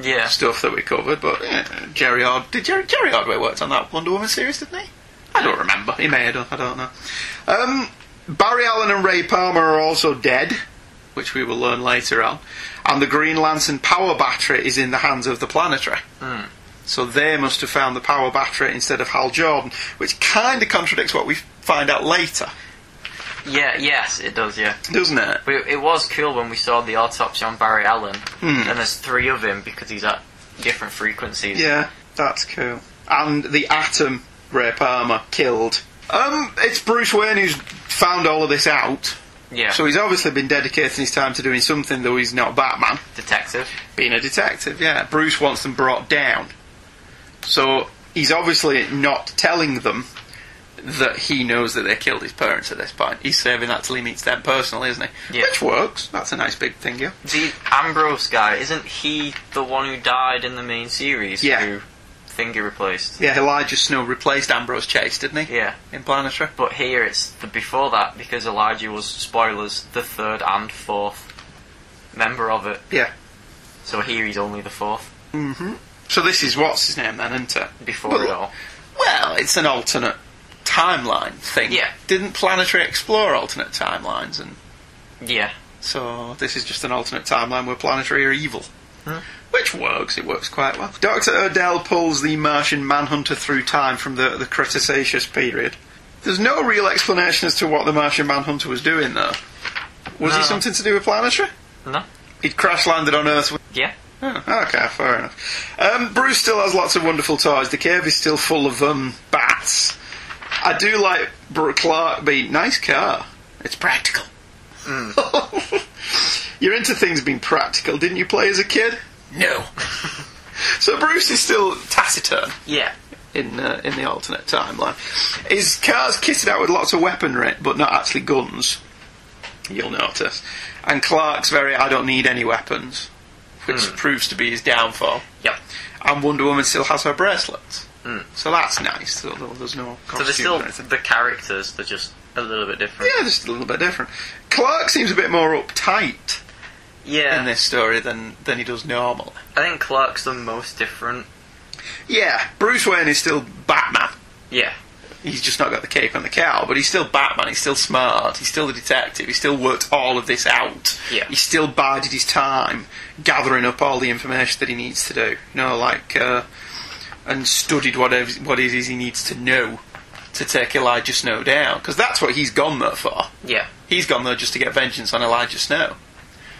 Yeah. stuff that we covered, but yeah, Jerry Hard did Jerry, Jerry Hardway worked on that Wonder Woman series, didn't he? I don't remember. He may have done. I don't know. Um, Barry Allen and Ray Palmer are also dead, which we will learn later on, and the Green Lantern power battery is in the hands of the Planetary. So they must have found the power battery instead of Hal Jordan, which kind of contradicts what we find out later, Yeah, yes, it does, yeah. doesn't it? But it, it was cool when we saw the autopsy on Barry Allen, and there's three of him because he's at different frequencies. Mm. Yeah, that's cool. And the Atom, Ray Palmer, killed. Um, it's Bruce Wayne who's found all of this out. Yeah. So he's obviously been dedicating his time to doing something, though he's not Batman. detective. Being a detective, yeah. Bruce wants them brought down. So he's obviously not telling them that he knows that they killed his parents at this point. He's saving that till he meets them personally, isn't he? Yeah. Which works. That's a nice big thing, yeah. The Ambrose guy, isn't he the one who died in the main series? Yeah. Who Thingy replaced? Yeah, Elijah Snow replaced Ambrose Chase, didn't he? Yeah. In Planetary. But here it's the before that because Elijah was spoilers the third and fourth member of it. Yeah. So here he's only the fourth Mm-hmm. So this is what's his name then, isn't it? before Well- it all. Well, it's an alternate timeline thing. Yeah. Didn't Planetary explore alternate timelines? And Yeah. so this is just an alternate timeline where Planetary are evil. Which works, it works quite well. Dr. Odell pulls the Martian Manhunter through time from the, the Cretaceous period. There's no real explanation as to what the Martian Manhunter was doing, though. Was he No. something to do with Planetary? No. He'd crash landed on Earth Yeah. Oh, okay, fair enough. Um, Bruce still has lots of wonderful toys. The cave is still full of um, bats. I do like Br- Clark being nice car. It's practical. You're into things being practical, didn't you play as a kid? No. so Bruce is still taciturn Yeah. in uh, in the alternate timeline. His car's kitted out with lots of weaponry, but not actually guns. You'll notice. And Clark's very I don't need any weapons, which Hmm. proves to be his downfall. Yep. And Wonder Woman still has her bracelets. So that's nice. So there- there's no Hmm. So costume they're still or anything. the characters. They're just a little bit different. Yeah, just a little bit different. Clark seems a bit more uptight Yeah. in this story than, than he does normally. I think Clark's the most different. Yeah, Bruce Wayne is still Batman. Yeah. he's just not got the cape and the cowl, but he's still Batman, he's still smart, he's still the detective, he still worked all of this out. Yeah. He still bided his time, gathering up all the information that he needs to do. You know, like, uh, and studied what, ev- what it is he needs to know to take Elijah Snow down, because that's what he's gone there for. Yeah. He's gone there just to get vengeance on Elijah Snow.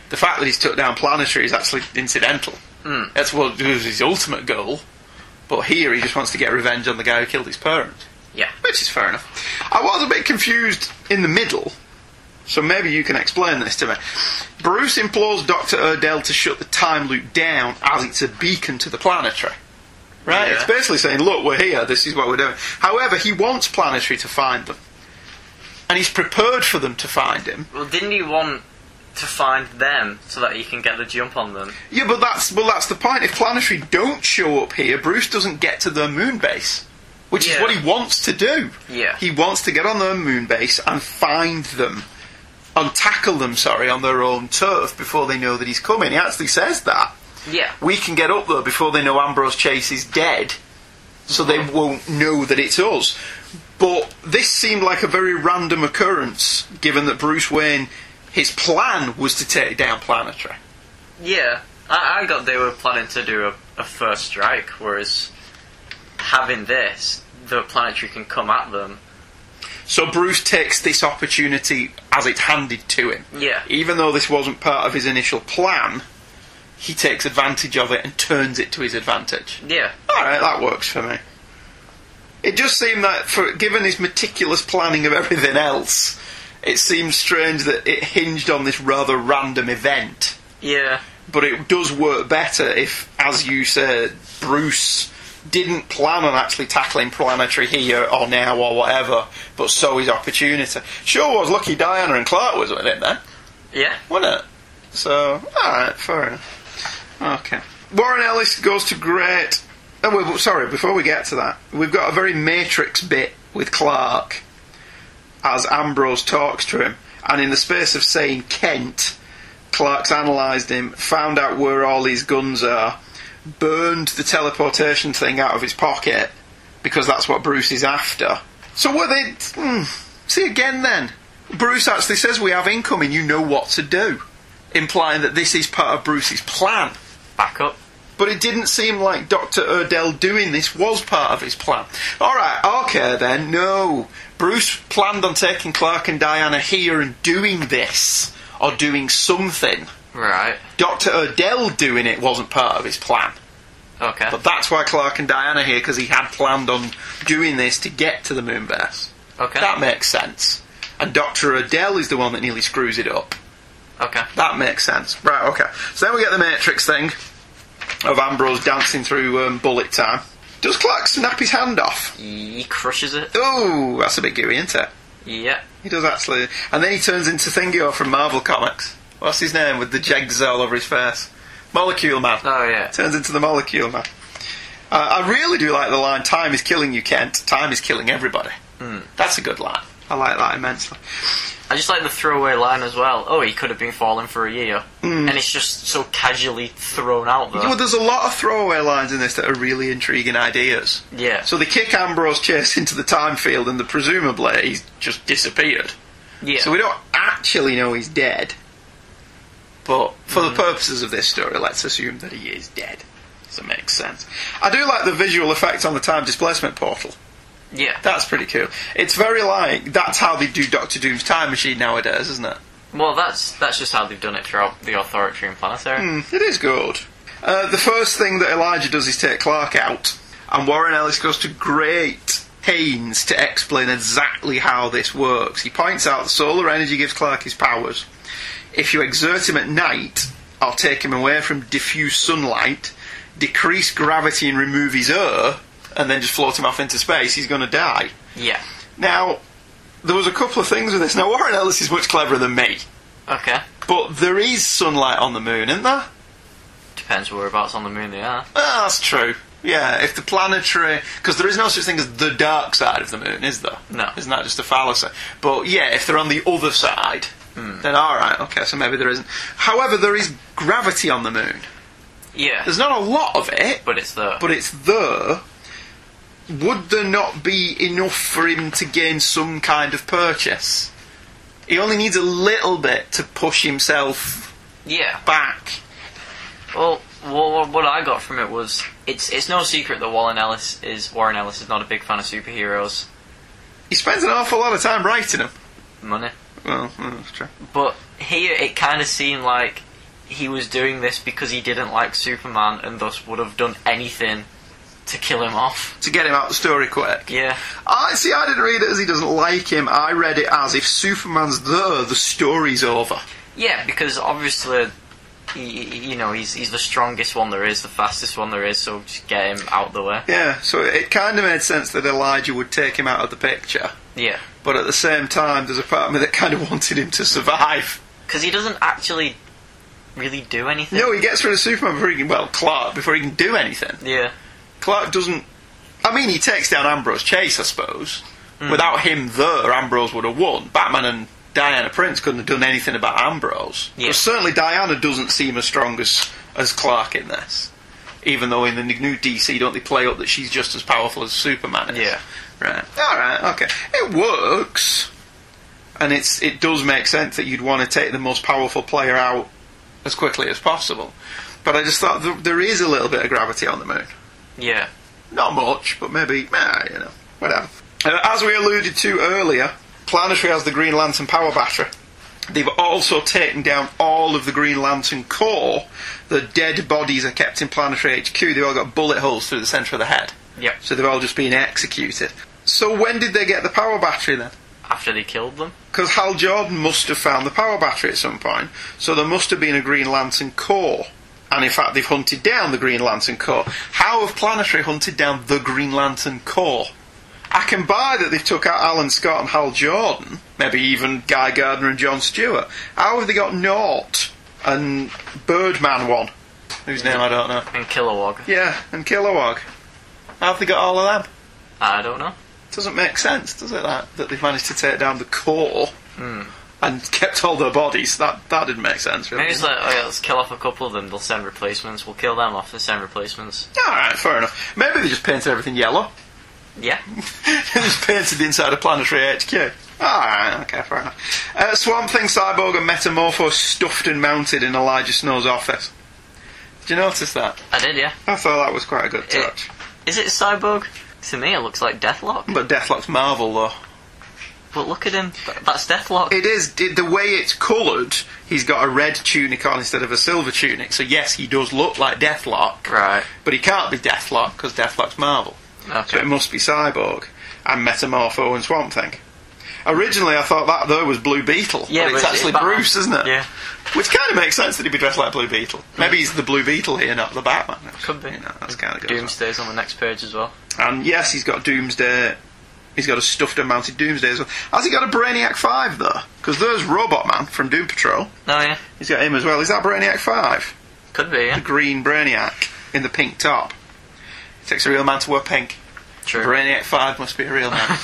The fact that he's took down Planetary is actually incidental. Mm. That's what was his ultimate goal. But here he just wants to get revenge on the guy who killed his parents Yeah. which is fair enough. I was a bit confused in the middle, so maybe you can explain this to me. Bruce implores Dr. Odell to shut the time loop down as it's a beacon to the planetary. Right? Yeah. It's basically saying, look, we're here, this is what we're doing. However, he wants planetary to find them. And he's prepared for them to find him. Well, didn't he want to find them so that he can get the jump on them? Yeah, but that's well, that's the point. If planetary don't show up here, Bruce doesn't get to their moon base, which is Yeah. what he wants to do. Yeah. he wants to get on their moon base and find them, and tackle them. Sorry, on their own turf before they know that he's coming. He actually says that Yeah. we can get up there before they know Ambrose Chase is dead, so they Mm-hmm. won't know that it's us. But this seemed like a very random occurrence, given that Bruce Wayne, his plan was to take down planetary. Yeah. I, I got they were planning to do a, a first strike, whereas having this, the planetary can come at them. So Bruce takes this opportunity as it's handed to him. Yeah. Even though this wasn't part of his initial plan, he takes advantage of it and turns it to his advantage. Yeah. Alright, that works for me. It just seemed that, for, given his meticulous planning of everything else, it seems strange that it hinged on this rather random event. Yeah. But it does work better if, as you said, Bruce didn't plan on actually tackling planetary here or now or whatever, but saw his opportunity. Sure was lucky Diana and Clark was with him then, Yeah. wasn't it? So, alright, fair enough. Okay. Warren Ellis goes to great. Oh, well, sorry, before we get to that, we've got a very Matrix bit with Clark as Ambrose talks to him. And in the space of saying Kent, Clark's analysed him, found out where all his guns are, burned the teleportation thing out of his pocket because that's what Bruce is after. So were they? Hmm, see again then. Bruce actually says we have incoming. You know what to do, implying that this is part of Bruce's plan. Back up. But it didn't seem like Dr. Odell doing this was part of his plan. Alright, okay then, no. Bruce planned on taking Clark and Diana here and doing this, or doing something. Right. Dr. Odell doing it wasn't part of his plan. Okay. But that's why Clark and Diana are here, because he had planned on doing this to get to the moon base. okay. That makes sense. And Dr. Odell is the one that nearly screws it up. okay. That makes sense. Right, okay. So then we get the Matrix thing of Ambrose dancing through um, bullet time. Does Clark snap his hand off? He crushes it. Oh, that's a bit gooey, isn't it? Yeah. He does actually. And then he turns into Thingio from Marvel Comics. What's his name with the jegs all over his face? Molecule Man. Oh yeah. Turns into the Molecule Man. Uh, I really do like the line Time is killing you, Kent. Time is killing everybody. Hmm. That's a good line. I like that immensely. I just like the throwaway line as well. Oh, he could have been falling for a year, and it's just so casually thrown out there. Well, there's a lot of throwaway lines in this that are really intriguing ideas. yeah. So they kick Ambrose Chase into the time field, and the, presumably he's just disappeared. yeah. So we don't actually know he's dead. But for Mm. the purposes of this story, let's assume that he is dead. So it makes sense. I do like the visual effect on the time displacement portal. yeah. That's pretty cool. It's very like that's how they do Doctor Doom's time machine nowadays, isn't it? Well, that's that's just how they've done it throughout the Authoritarian Planetary. Mm, it is good. Uh, the first thing that Elijah does is take Clark out, and Warren Ellis goes to great pains to explain exactly how this works. He points out that solar energy gives Clark his powers. If you exert him at night, or take him away from diffuse sunlight, decrease gravity and remove his air, and then just float him off into space, he's going to die. Yeah. Now, there was a couple of things with this. Now, Warren Ellis is much cleverer than me, Okay. but there is sunlight on the moon, isn't there? Depends whereabouts on the moon they are. Ah, that's true. Yeah, if the planetary, because there is no such thing as the dark side of the moon, is there? No. isn't that just a fallacy? But yeah, if they're on the other side, then all right, okay, so maybe there isn't. However, there is gravity on the moon. Yeah. There's not a lot of it, But it's there. but it's there. Would there not be enough for him to gain some kind of purchase? He only needs a little bit to push himself yeah. back. Well, what, what I got from it was it's it's no secret that Warren Ellis is Warren Ellis is not a big fan of superheroes. He spends an awful lot of time writing them. Money. Well, mm, that's true. But here it kind of seemed like he was doing this because he didn't like Superman and thus would have done anything to kill him off. to get him out of the story quick. Yeah. I see. I didn't read it as he doesn't like him. I read it as if Superman's there, the story's over. Yeah, because obviously, he, he- you know, he's he's the strongest one there is, the fastest one there is. So just get him out the way. Yeah. So it kind of made sense that Elijah would take him out of the picture, Yeah, but at the same time, there's a part of me that kind of wanted him to survive. because he doesn't actually really do anything. No, he gets rid of Superman before he can. Well, Clark before he can do anything. Yeah, Clark doesn't. I mean, he takes down Ambrose Chase, I suppose. Hmm. Without him there, Ambrose would have won. Batman and Diana Prince couldn't have done anything about Ambrose. Yeah. But certainly, Diana doesn't seem as strong as, as Clark in this. Even though in the new DC, don't they play up that she's just as powerful as Superman is? Yeah. Right. All right. Okay. It works, and it's it does make sense that you'd want to take the most powerful player out as quickly as possible. But I just thought th- there is a little bit of gravity on the moon. yeah, Not much, but maybe, ah, you know, whatever. Uh, as we alluded to earlier, Planetary has the Green Lantern power battery. They've also taken down all of the Green Lantern core. The dead bodies are kept in Planetary HQ. They've all got bullet holes through the centre of the head. yeah. So they've all just been executed. So when did they get the power battery then? After they killed them. Because Hal Jordan must have found the power battery at some point, so there must have been a Green Lantern core. And in fact, they've hunted down the Green Lantern core. How have Planetary hunted down the Green Lantern core? I can buy that they took out Alan Scott and Hal Jordan, maybe even Guy Gardner and John Stewart. How have they got Nort and Birdman one, whose name I don't know? And Kilowog. Yeah, and Kilowog. How have they got all of them? I don't know. doesn't make sense, does it? That that they've managed to take down the core and kept all their bodies. That that didn't make sense, really. Maybe it's like, oh yeah, let's kill off a couple of them. They'll send replacements. We'll kill them off. They send replacements. All right, fair enough. Maybe they just painted everything yellow. Yeah. they just painted the inside of Planetary HQ. All right, okay, fair enough. Uh, Swamp Thing, Cyborg, and Metamorpho stuffed and mounted in Elijah Snow's office. Did you notice that? I did, yeah. I thought that was quite a good touch. Is it Cyborg? To me, it looks like Deathlock. But Deathlock's Marvel, though. But look at him. Th- That's Deathlock. It is it, the way it's coloured. He's got a red tunic on instead of a silver tunic. So yes, he does look like Deathlock, right. but he can't be Deathlock because Deathlock's Marvel. So it Okay. must be Cyborg and Metamorpho and Swamp Thing. Originally, I thought that though was Blue Beetle, Yeah, but it's but it's actually Batman. Bruce, isn't it? Yeah. Which kind of makes sense that he'd be dressed like Blue Beetle. Maybe he's the Blue Beetle here, not the Batman. Could be. You know, that's kind of good. Doomsday's on the next page as well. And yes, he's got Doomsday. He's got a stuffed and mounted Doomsday as well. Has he got a Brainiac 5 though? Because there's Robot Man from Doom Patrol. Oh yeah, He's got him as well. Is that Brainiac 5? could be. The Yeah. green Brainiac in the pink top. It takes a real man to wear pink. True. Brainiac 5 must be a real man.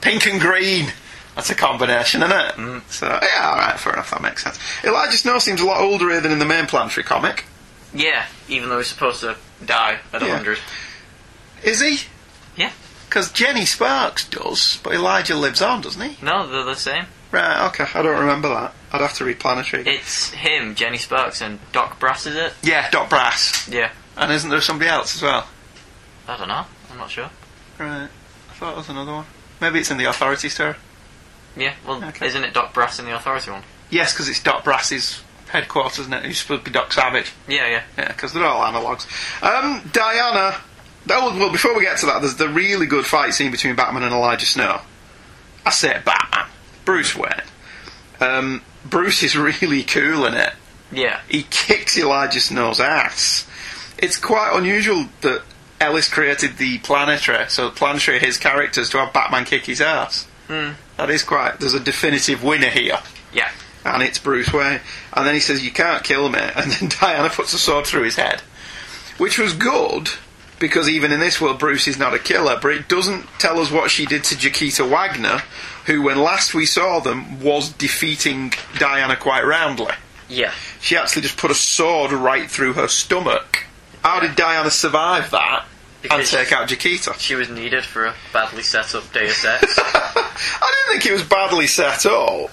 pink and green. That's a combination, isn't it? Mm. So, yeah, alright, fair enough, that makes sense. Elijah Snow seems a lot older here than in the main planetary comic. Yeah. Even though he's supposed to die at a Yeah. hundred. Is he? Yeah. Because Jenny Sparks does, but Elijah lives on, doesn't he? No, they're the same. Right, okay, I don't remember that. I'd have to read Planetary. It's him, Jenny Sparks, and Doc Brass. Is it? yeah, Dot Brass. Yeah. And isn't there somebody else as well? I don't know. I'm not sure. Right, I thought there was another one. Maybe it's in the Authority story. Yeah. Well, Okay. isn't it Doc Brass in the Authority one? Yes, because it's Dot Brass's headquarters, isn't it? Who's supposed to be Doc Savage. Yeah. Yeah. Yeah, because they're all analogues. Um, Diana. Oh, well, before we get to that, there's the really good fight scene between Batman and Elijah Snow. I say Batman. Bruce Wayne. Um, Bruce is really cool in it. Yeah. he kicks Elijah Snow's ass. It's quite unusual that Ellis created the planetary, so the planetary are his characters to have Batman kick his ass. Hmm. That is quite. There's a definitive winner here, Yeah. and it's Bruce Wayne. And then he says, "You can't kill me," and then Diana puts a sword through his head, which was good. Because even in this world, Bruce is not a killer, but it doesn't tell us what she did to Jaquita Wagner, who, when last we saw them, was defeating Diana quite roundly Yeah. she actually just put a sword right through her stomach. How did Diana survive that and Because- take out Jaquita? She was needed for a badly set up Deus Ex. I didn't think it was badly set up.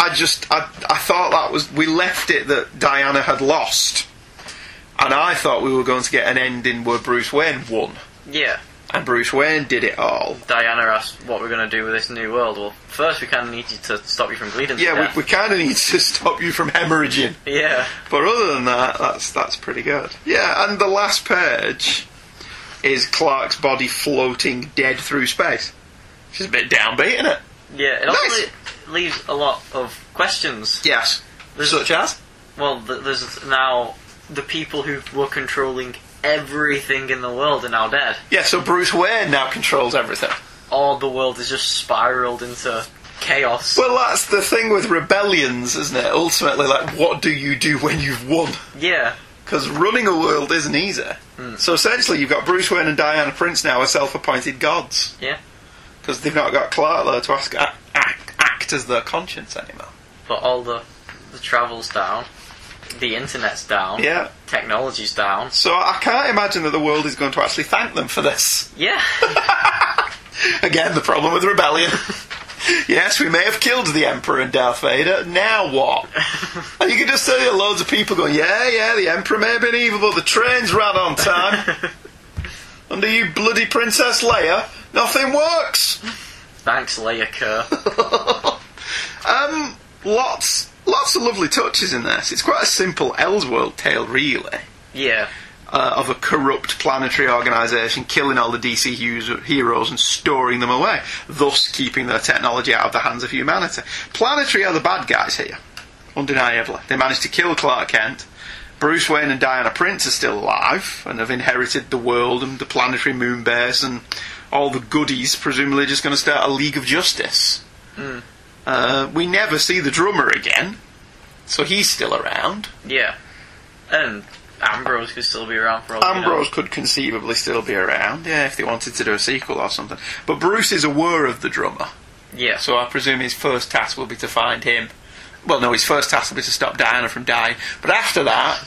I just, I, I thought that was, we left it that Diana had lost. And I thought we were going to get an ending where Bruce Wayne won. yeah. And Bruce Wayne did it all. Diana asked what we're going to do with this new world. Well, first we kind of need you to stop you from bleeding. to Yeah, death. we, we kind of need to stop you from hemorrhaging. Yeah. But other than that, that's that's pretty good. Yeah, and the last page is Clark's body floating dead through space. She's a bit downbeat, isn't it? Yeah, it Nice. also leaves a lot of questions. Yes. There's- Such as? Well, th- there's now the people who were controlling everything in the world are now dead, Yeah, so Bruce Wayne now controls everything. or the world is just spiraled into chaos. Well, that's the thing with rebellions, isn't it? Ultimately, like, what do you do when you've won? yeah, Because running a world isn't easy. So essentially, you've got Bruce Wayne and Diana Prince now are self appointed gods. yeah. Because they've not got Clark there to ask, act, act, act as their conscience anymore. But all the the travel's down, the internet's down, Yeah. technology's down. So I can't imagine that the world is going to actually thank them for this. Yeah, Again, the problem with rebellion. yes, we may have killed the Emperor and Darth Vader. Now what? and you can just see loads of people going, yeah, yeah, the Emperor may have been evil, but the trains ran on time. Under you bloody Princess Leia, nothing works. thanks, Leia Kerr. Um, lots, lots of lovely touches in this. It's quite a simple Elseworld tale, really. Yeah, uh, of a corrupt planetary organisation killing all the DC user- heroes and storing them away, thus keeping their technology out of the hands of humanity. Planetary are the bad guys here, undeniably. They managed to kill Clark Kent. Bruce Wayne and Diana Prince are still alive and have inherited the world and the planetary moon base and all the goodies, presumably just going to start a League of Justice. Uh, we never see the drummer again, so he's still around. yeah, and Ambrose could still be around for all. we know. Ambrose could conceivably still be around, yeah, if they wanted to do a sequel or something. But Bruce is aware of the drummer, Yeah. so I presume his first task will be to find him. Well, no, his first task will be to stop Diana from dying. But after that,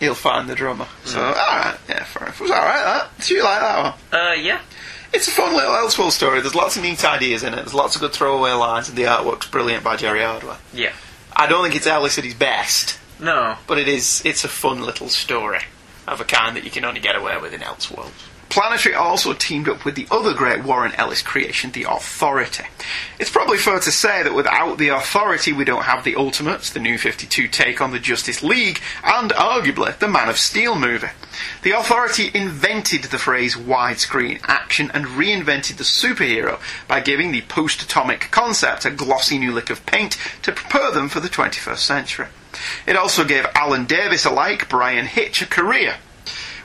he'll find the drummer. So, alright, yeah, fair enough. It was alright, that. Did you like that one? Uh, yeah. It's a fun little Elseworld story. There's lots of neat ideas in it. There's lots of good throwaway lines, and the artwork's brilliant by Jerry Hardware. Yeah. I don't think it's Ellis at his best, No. but it is. It's a fun little story. of a kind that you can only get away with in Elseworlds. Planetary also teamed up with the other great Warren Ellis creation, The Authority. It's probably fair to say that without The Authority, we don't have The Ultimates, the New 52 take on the Justice League, and arguably the Man of Steel movie. The Authority invented the phrase widescreen action and reinvented the superhero by giving the post atomic concept a glossy new lick of paint to prepare them for the 21st century. It also gave Alan Davis alike Brian Hitch a career.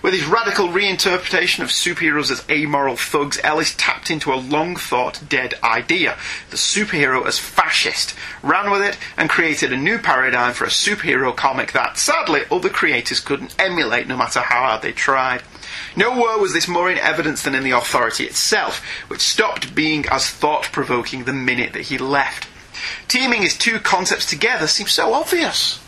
With his radical reinterpretation of superheroes as amoral thugs, Ellis tapped into a long thought dead idea the superhero as fascist, ran with it, and created a new paradigm for a superhero comic that, sadly, other creators couldn't emulate no matter how hard they tried. Nowhere was this more in evidence than in The Authority itself, which stopped being as thought provoking the minute that he left. Teaming his two concepts together seems so obvious.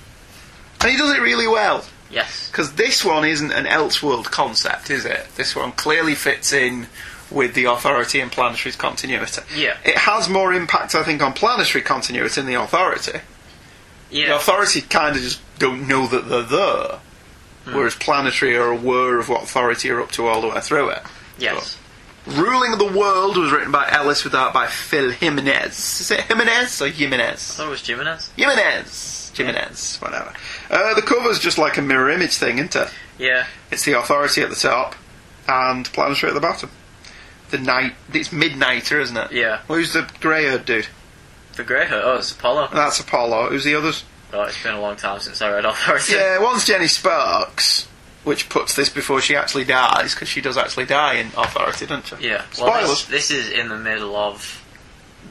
And he does it really well. Yes. Because this one isn't an Elseworld concept, is it? This one clearly fits in with the Authority and Planetary's continuity. Yeah. It has more impact, I think, on Planetary continuity than the Authority. The Yeah. Authority kind of just don't know that they're there, Hmm. whereas Planetary are aware of what Authority are up to all the way through it. Yes. Ruling the World was written by Ellis with art by Phil Jimenez. Is it Jimenez or Jimenez? So was Jimenez. Jimenez! Jimenez, whatever. Uh, the cover's just like a mirror image thing, isn't it? Yeah. It's the authority at the top and planetary at the bottom. The night it's midnighter, isn't it? Yeah. Who's the grey haired dude? The Grey Hood. Oh, it's Apollo. That's Apollo. Who's the others? Oh, it's been a long time since I read Authority. Yeah, one's Jenny Sparks, which puts this before she actually dies, because she does actually die in Authority, doesn't she? Yeah. Well, this, Spoilers. this is in the middle of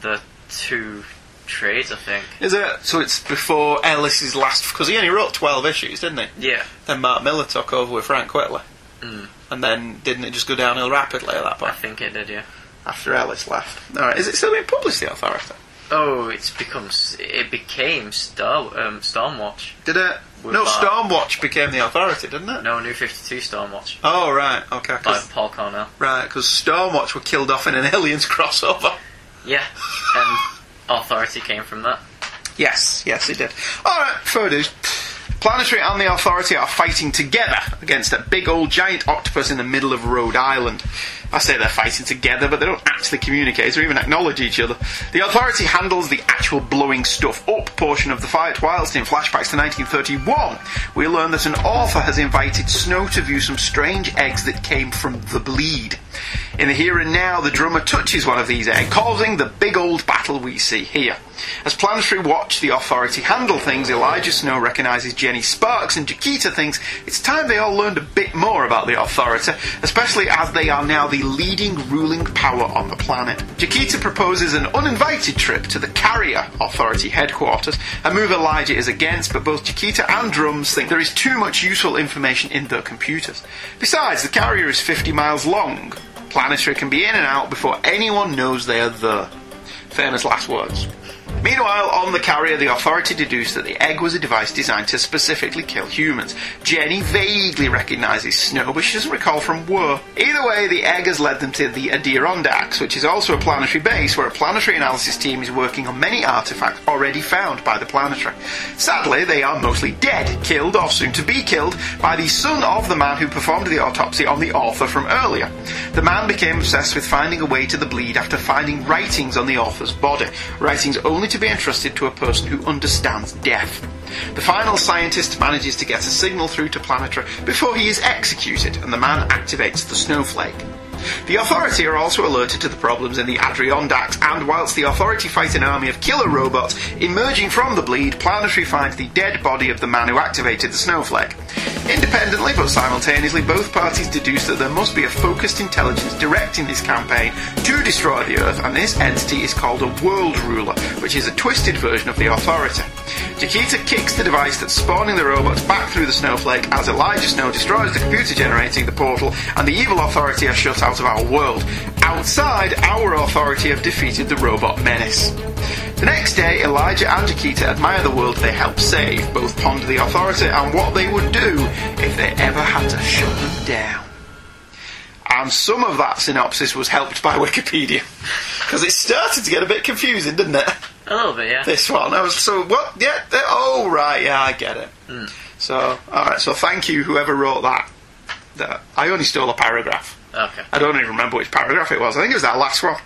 the two trades, I think. Is it? So it's before Ellis's last, because he only wrote twelve issues, didn't he? Yeah. Then Mark Miller took over with Frank Whitley, Mm. and then didn't it just go downhill rapidly at that I point think it did, yeah. after Ellis left? All right, is it still being published? The Authority? Oh, it's becomes it became Star um, Stormwatch. Did it? With no, Mark. Stormwatch became the Authority, didn't it? No, New Fifty Two Stormwatch Oh right, okay. by Cause, Paul Cornell. right, because Stormwatch were killed off in an Aliens crossover. Yeah, and Authority came from that. Yes, yes, it did. All right, fair dues. Planetary and the Authority are fighting together against a big old giant octopus in the middle of Rhode Island. I say they're fighting together, but they don't actually communicate or even acknowledge each other. The Authority handles the actual blowing stuff up portion of the fight, whilst in flashbacks to 1931, we learn that an author has invited Snow to view some strange eggs that came from the bleed. In the here and now, the drummer touches one of these eggs, causing the big old battle we see here. As Planetary watch the Authority handle things, Elijah Snow recognises Jenny Sparks, and Jaquita thinks it's time they all learned a bit more about the Authority, especially as they are now the leading ruling power on the planet. Jaquita proposes an uninvited trip to the Carrier Authority headquarters, a move Elijah is against, but both Jaquita and Drums think there is too much useful information in their computers. Besides, the Carrier is 50 miles long. Planetary can be in and out before anyone knows they are there. Famous last words. Meanwhile, on the carrier, the authority deduced that the egg was a device designed to specifically kill humans. Jenny vaguely recognises Snow, but she doesn't recall from where. Either way, the egg has led them to the Adirondacks, which is also a planetary base where a planetary analysis team is working on many artifacts already found by the planetary. Sadly, they are mostly dead, killed or soon to be killed by the son of the man who performed the autopsy on the author from earlier. The man became obsessed with finding a way to the bleed after finding writings on the author's body, writings only to be entrusted to a person who understands death. The final scientist manages to get a signal through to Planetary before he is executed, and the man activates the snowflake. The Authority are also alerted to the problems in the Adirondacks, and whilst the Authority fight an army of killer robots, emerging from the bleed, Planetary finds the dead body of the man who activated the snowflake. Independently but simultaneously, both parties deduce that there must be a focused intelligence directing this campaign to destroy the Earth, and this entity is called a World Ruler, which is a twisted version of the Authority. Chiquita kicks the device that's spawning the robots back through the snowflake as Elijah Snow destroys the computer generating the portal, and the evil Authority are shut out of our world. Outside, our Authority have defeated the robot menace. The next day, Elijah and Chiquita admire the world they helped save, both ponder the authority and what they would do if they ever had to shut them down. And some of that synopsis was helped by Wikipedia. Because it started to get a bit confusing, didn't it? A little bit, yeah. This one. I was so, what? Yeah, th- oh, right, yeah, I get it. So, alright, so thank you, whoever wrote that. that I only stole a paragraph. Okay. I don't even remember which paragraph it was. I think it was that last one.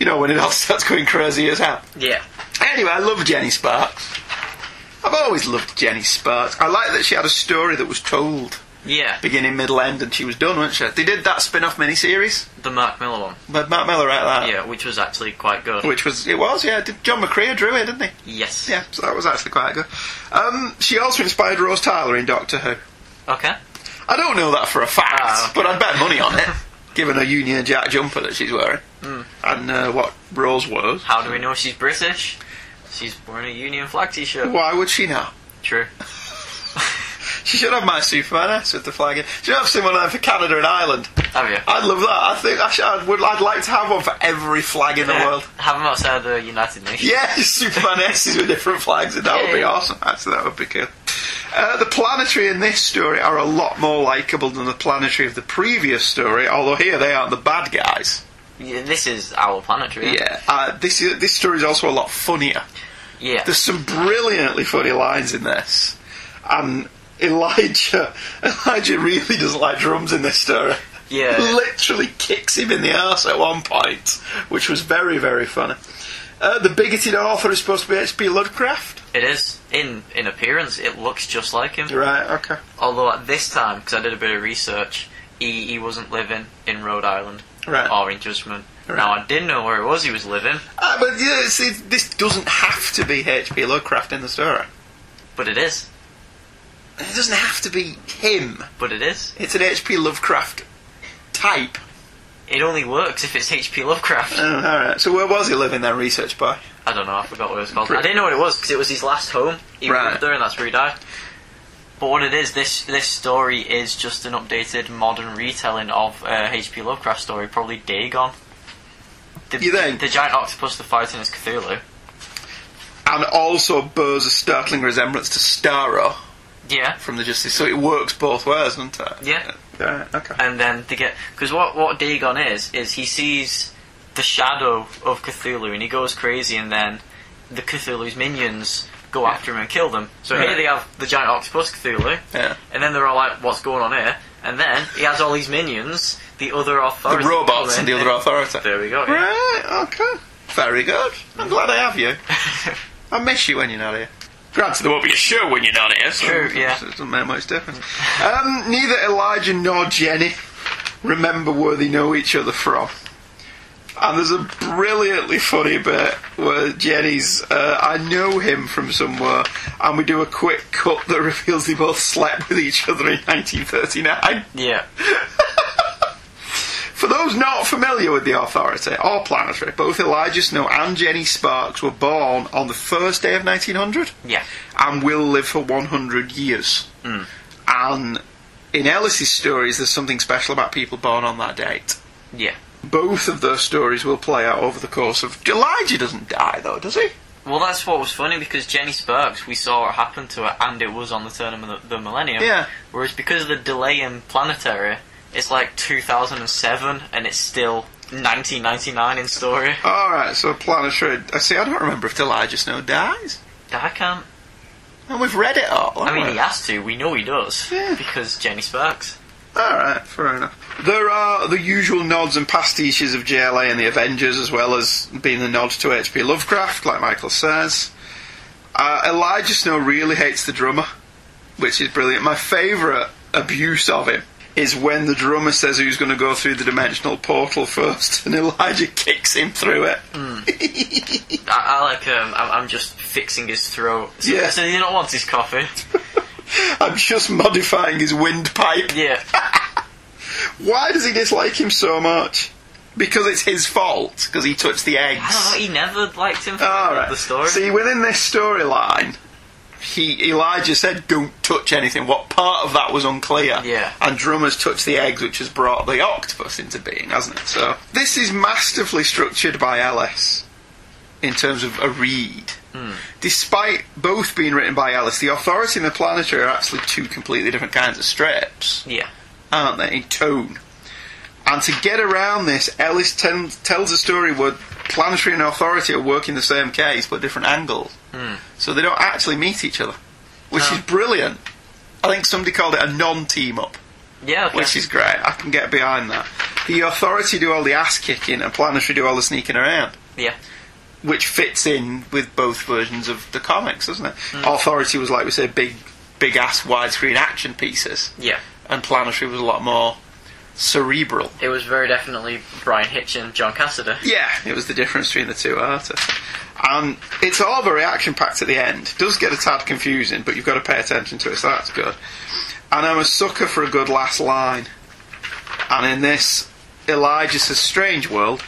You know, when it all starts going crazy as hell. Yeah. Anyway, I love Jenny Sparks. I've always loved Jenny Sparks. I like that she had a story that was told Yeah. beginning, middle, end, and she was done, wasn't she? They did that spin off miniseries, The Mark Miller one. but Matt Miller wrote that. Yeah, which was actually quite good. Which was, it was, yeah. Did John McCrea drew it, didn't he? Yes. Yeah, so that was actually quite good. Um, she also inspired Rose Tyler in Doctor Who. Okay. I don't know that for a fact, Ah, okay. but I'd bet money on it, given her Union Jack jumper that she's wearing Hmm. and uh, what Rose was. How do we know she's British? She's wearing a Union flag t-shirt. Why would she not? True. She should have my Superman S with the flag in. She should have someone there for Canada and Ireland. Have you? I'd love that. I think I should, I would, I'd like to have one for every flag in the Yeah. world. Have them outside the United Nations. Yeah, Superman S's with different flags, and that would be Yeah. awesome. Actually, that would be cool. Uh, the planetary in this story are a lot more likeable than the planetary of the previous story, although here they aren't the bad guys. Yeah, This is our planetary. Yeah, uh, this is, this story is also a lot funnier. Yeah. There's some brilliantly funny lines in this, and Elijah Elijah really does like drums in this story. Yeah. literally kicks him in the arse at one point, which was very very funny. Uh, the bigoted author is supposed to be H.P. Lovecraft. It is in in appearance. It looks just like him. Right, okay. Although at this time, because I did a bit of research, he, he wasn't living in Rhode Island Right. or in Judgment. Right. Now I didn't know where it was he was living, Uh, but yeah, see, this doesn't have to be H.P. Lovecraft in the story. but it is. It doesn't have to be him. But it is. It's an H.P. Lovecraft type. It only works if it's H.P. Lovecraft. Oh, alright. So where was he living then, research by? I don't know. I forgot what it was called. I didn't know what it was because it was his last home. He Right. lived there, and that's where he died. But what it is, this this story is just an updated modern retelling of uh, H.P. Lovecraft story, probably Dagon. The, You think? the giant octopus the fighting is Cthulhu? And also bears a startling resemblance to Starro Yeah, from the Justice. So it works both ways, doesn't it? yeah. Alright, okay. And then to get because what what Dagon is is he sees the shadow of Cthulhu and he goes crazy, and then the Cthulhu's minions go after him and kill them. So Right. here they have the giant octopus Cthulhu. Yeah. And then they're all like, what's going on here? And then he has all these minions, the other The authority. robots come and in, the other authority. There we go. yeah. Right, okay. Very good. I'm glad I have you. I miss you when you're not here. Granted, there won't be a show when you're not here. So True, yeah. It doesn't make much difference. Um, neither Elijah nor Jenny remember where they know each other from. And there's a brilliantly funny bit where Jenny's, uh, I know him from somewhere, and we do a quick cut that reveals they both slept with each other in 1939. yeah. For those not familiar with the Authority or Planetary, both Elijah Snow and Jenny Sparks were born on the first day of 1900 Yeah. Mm. and will live for 100 years. And in Ellis's stories, there's something special about people born on that date. Yeah. Both of those stories will play out over the course of. Elijah doesn't die, though, does he? Well, that's what was funny because Jenny Sparks, we saw what happened to her, and it was on the turn of the, the millennium. Yeah. Whereas because of the delay in Planetary, it's like 2007, and it's still 1999 in story. Alright, so Planetary. I see, I don't remember if Elijah Snow dies. I can't. And we've read it all. I haven't mean, we? he has to. We know he does Yeah. because Jenny Sparks. All right, fair enough. There are the usual nods and pastiches of JLA and the Avengers, as well as being the nod to H.P. Lovecraft, like Michael says. Uh, Elijah Snow really hates the drummer, which is brilliant. My favourite abuse of him is when the drummer says who's going to go through the dimensional portal first, and Elijah kicks him through it. Hmm. I, I like um, I'm, I'm just fixing his throat. So, Yeah. So you don't want his coffee. I'm just modifying his windpipe. Yeah. Why does he dislike him so much? Because it's his fault, because he touched the eggs. I don't know. He never liked him. All from right. The story. See, within this storyline, he Elijah said, "Don't touch anything." What part of that was unclear. Yeah. And drummers touched the eggs, which has brought the octopus into being, hasn't it? So this is masterfully structured by Ellis in terms of a read. Hmm. Despite both being written by Ellis, the Authority and the Planetary are actually two completely different kinds of strips yeah. aren't they, in tone. And to get around this, Ellis ten- tells a story where planetary and authority are working the same case but different angles. So they don't actually meet each other, which Hmm. No. is brilliant. I think somebody called it a non team up. Yeah, okay. which is great. I can get behind that. The Authority do all the ass kicking, and Planetary do all the sneaking around, yeah. which fits in with both versions of the comics, doesn't it? Hmm. Authority was like we say, big, big ass widescreen action pieces, Yeah. and Planetary was a lot more cerebral. It was very definitely Brian Hitch and John Cassaday. Yeah, it was the difference between the two artists. And it's all very action packed at the end. Does get a tad confusing, but you've got to pay attention to it, so that's good. And I'm a sucker for a good last line. And in this, Elijah says, Strange world.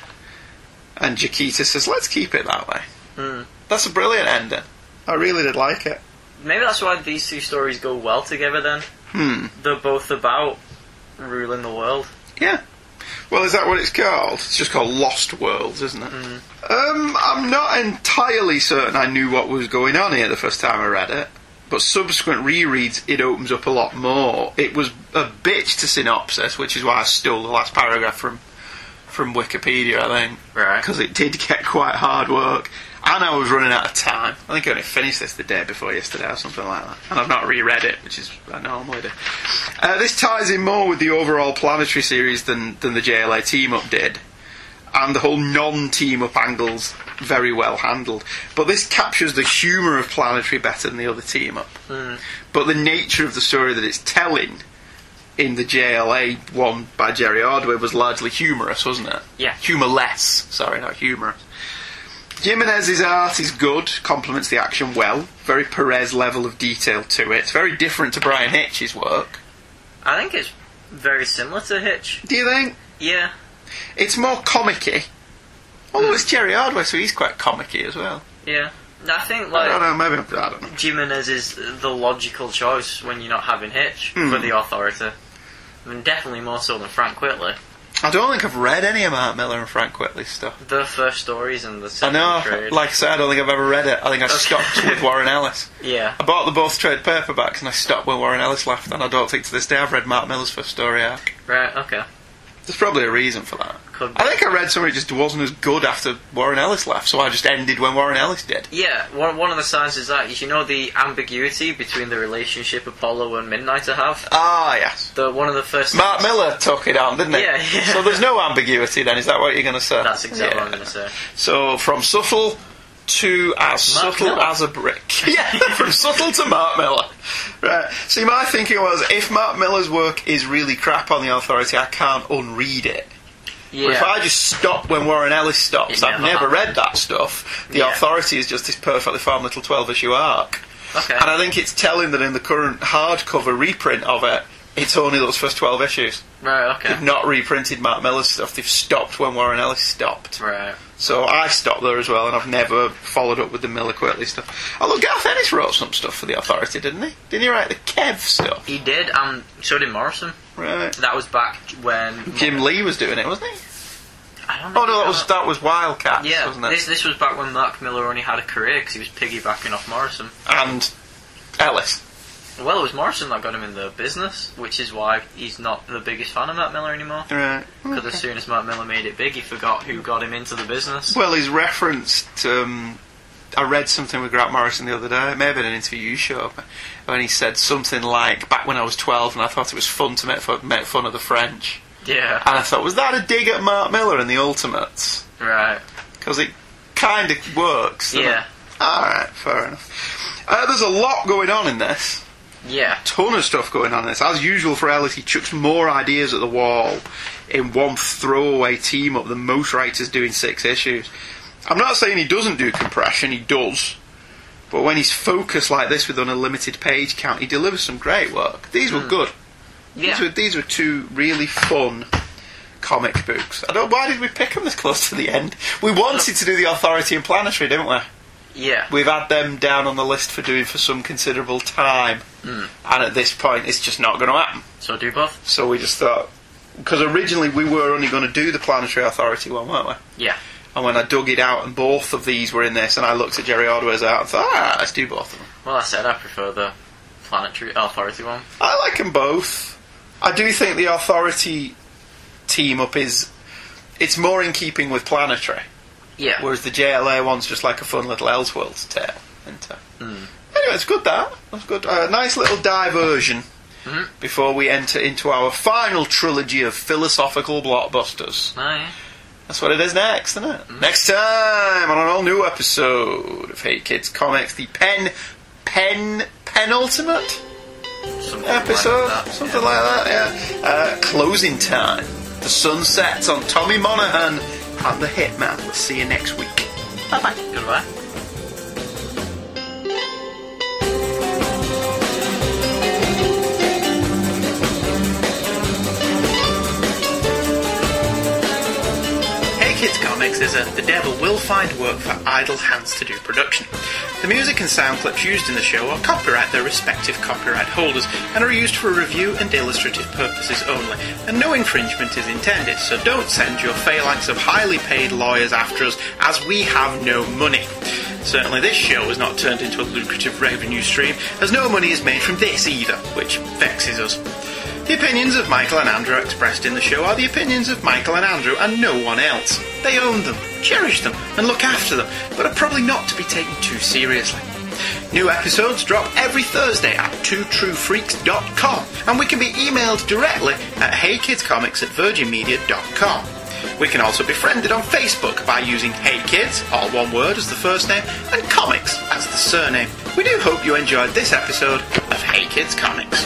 And Jaquita says, Let's keep it that way. Mm. That's a brilliant ending. I really did like it. Maybe that's why these two stories go well together then. Hmm. They're both about ruling the world. Yeah. Well, is that what it's called? It's just called Lost Worlds, isn't it? Um, I'm not entirely certain I knew what was going on here the first time I read it, but subsequent rereads, it opens up a lot more. It was a bitch to synopsis, which is why I stole the last paragraph from from Wikipedia, I think, Right. because it did get quite hard work. And I was running out of time. I think I only finished this the day before yesterday or something like that. And I've not reread it, which is I normally do. Uh, this ties in more with the overall planetary series than, than the JLA team up did and the whole non-team up angles very well handled. But this captures the humour of Planetary better than the other team up. But the nature of the story that it's telling in the JLA one by Jerry Ordway was largely humorous, wasn't it? Yeah. Humourless. Sorry, not humorous. Jimenez's art is good, complements the action well. Very Perez level of detail to it. It's very different to Brian Hitch's work. I think it's very similar to Hitch. Do you think? Yeah. It's more comic-y. Although it's Jerry Ordway, so he's quite comic-y as well. Yeah. I think I don't like know, maybe I don't know. Jimenez is the logical choice when you're not having Hitch Hmm. for the authority. I mean, definitely more so than Frank Whitley. I don't think I've read any of Mark Miller and Frank Whitley's stuff. The first stories and the I second know, trade. like I said, I don't think I've ever read it. I think I Okay. stopped with Warren Ellis. yeah. I bought the both trade paperbacks and I stopped when Warren Ellis left, and I don't think to this day I've read Mark Miller's first story arc. Right, okay. There's probably a reason for that. Could be. I think I read something that just wasn't as good after Warren Ellis left, so I just ended when Warren Ellis did. Yeah, one, one of the signs is that is you know the ambiguity between the relationship Apollo and Midnighter have. Ah, yes. The one of the first. Mark Miller took it on, didn't he? Yeah, yeah. So there's no ambiguity then, is that what you're going to say? That's exactly what I'm Yeah. going to say. So from subtle to as Mark subtle Miller. as a brick. yeah, from subtle to Mark Miller. Right. See, my thinking was if Mark Miller's work is really crap on the authority, I can't unread it. But if Yeah. I just stop when Warren Ellis stops, It I've never never happened. read that stuff. The Yeah. authority is just this perfectly formed little 12 issue arc. Okay. And I think it's telling that in the current hardcover reprint of it, it's only those first 12 issues. Right. They've Okay. not reprinted Mark Miller's stuff, they've stopped when Warren Ellis stopped. Right. So I stopped there as well, and I've never followed up with the Miller Quitley stuff. Although Garth Ennis wrote some stuff for the Authority, didn't he? Didn't he write the Kev stuff? He did, and so did Morrison. Right. That was back when Jim Lee was doing it, wasn't he? I don't know. Oh no, that was that was Wildcats, Yeah, wasn't it? this this was back when Mark Miller only had a career because he was piggybacking off Morrison. And Ellis. Well, it was Morrison that got him in the business, which is why he's not the biggest fan of Matt Miller anymore. Right. Because as soon as Matt Miller made it big, he forgot who got him into the business. Well, he's referenced. Um, I read something with Grant Morrison the other day. It may have been an interview you showed me, when he said something like, "Back when I was twelve, and I thought it was fun to make fun, make fun of the French." Yeah, And I thought, was that a dig at Mark Miller and the Ultimates? right. because it kind of works. doesn't Yeah, It? All right, fair enough. Uh, there's a lot going on in this. yeah. Ton of stuff going on in this. As usual for Ellis, he chucks more ideas at the wall in one throwaway team up than most writers do in six issues. I'm not saying he doesn't do compression, he does. But when he's focused like this with an unlimited page count, he delivers some great work. These were good. These, Yeah. were, these were two really fun comic books. I don't. Why did we pick them this close to the end? We wanted to do the Authority and Planetary, didn't we? Yeah. We've had them down on the list for doing for some considerable time, and at this point, it's just not going to happen. So do both. So we just thought, because originally we were only going to do the Planetary Authority one, weren't we? Yeah. And when I dug it out, and both of these were in this, and I looked at Jerry Ordway's out and thought, ah, let's do both of them. Well, I said I prefer the planetary authority one. I like them both. I do think the Authority team up is it's more in keeping with Planetary. Yeah. Whereas the JLA one's just like a fun little Elseworlds tale, isn't it? Anyway, it's good that. That's good. Uh, nice little diversion before we enter into our final trilogy of philosophical blockbusters. Oh, yeah. That's what it is next, isn't it? Next time on an all new episode of Hey Kids Comics, the pen, pen, penultimate Something like episode, that, something yeah. like that. Yeah. Uh, closing time. The sun sets on Tommy Monaghan and the Hitman. We'll see you next week. Bye bye. Goodbye. Hey Kids Comics is a The Devil Will Find Work for Idle Hands to Do production. The music and sound clips used in the show are copyright their respective copyright holders and are used for review and illustrative purposes only, and no infringement is intended, so don't send your phalanx of highly paid lawyers after us as we have no money. Certainly this show has not turned into a lucrative revenue stream, as no money is made from this either, which vexes us. The opinions of Michael and Andrew expressed in the show are the opinions of Michael and Andrew and no one else. They own them, cherish them, and look after them, but are probably not to be taken too seriously. New episodes drop every Thursday at twotruefreaks.com, and we can be emailed directly at heykidscomics at virginmedia.com. We can also be friended on Facebook by using Hey Kids, all one word as the first name, and Comics as the surname. We do hope you enjoyed this episode of Hey Kids Comics.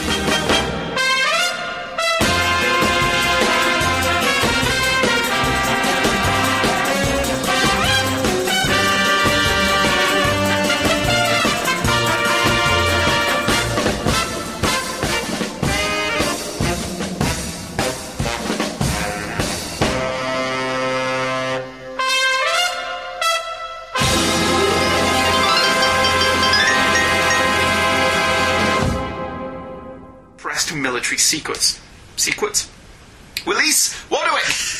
pressed military secrets. Secrets? Release Wardowick!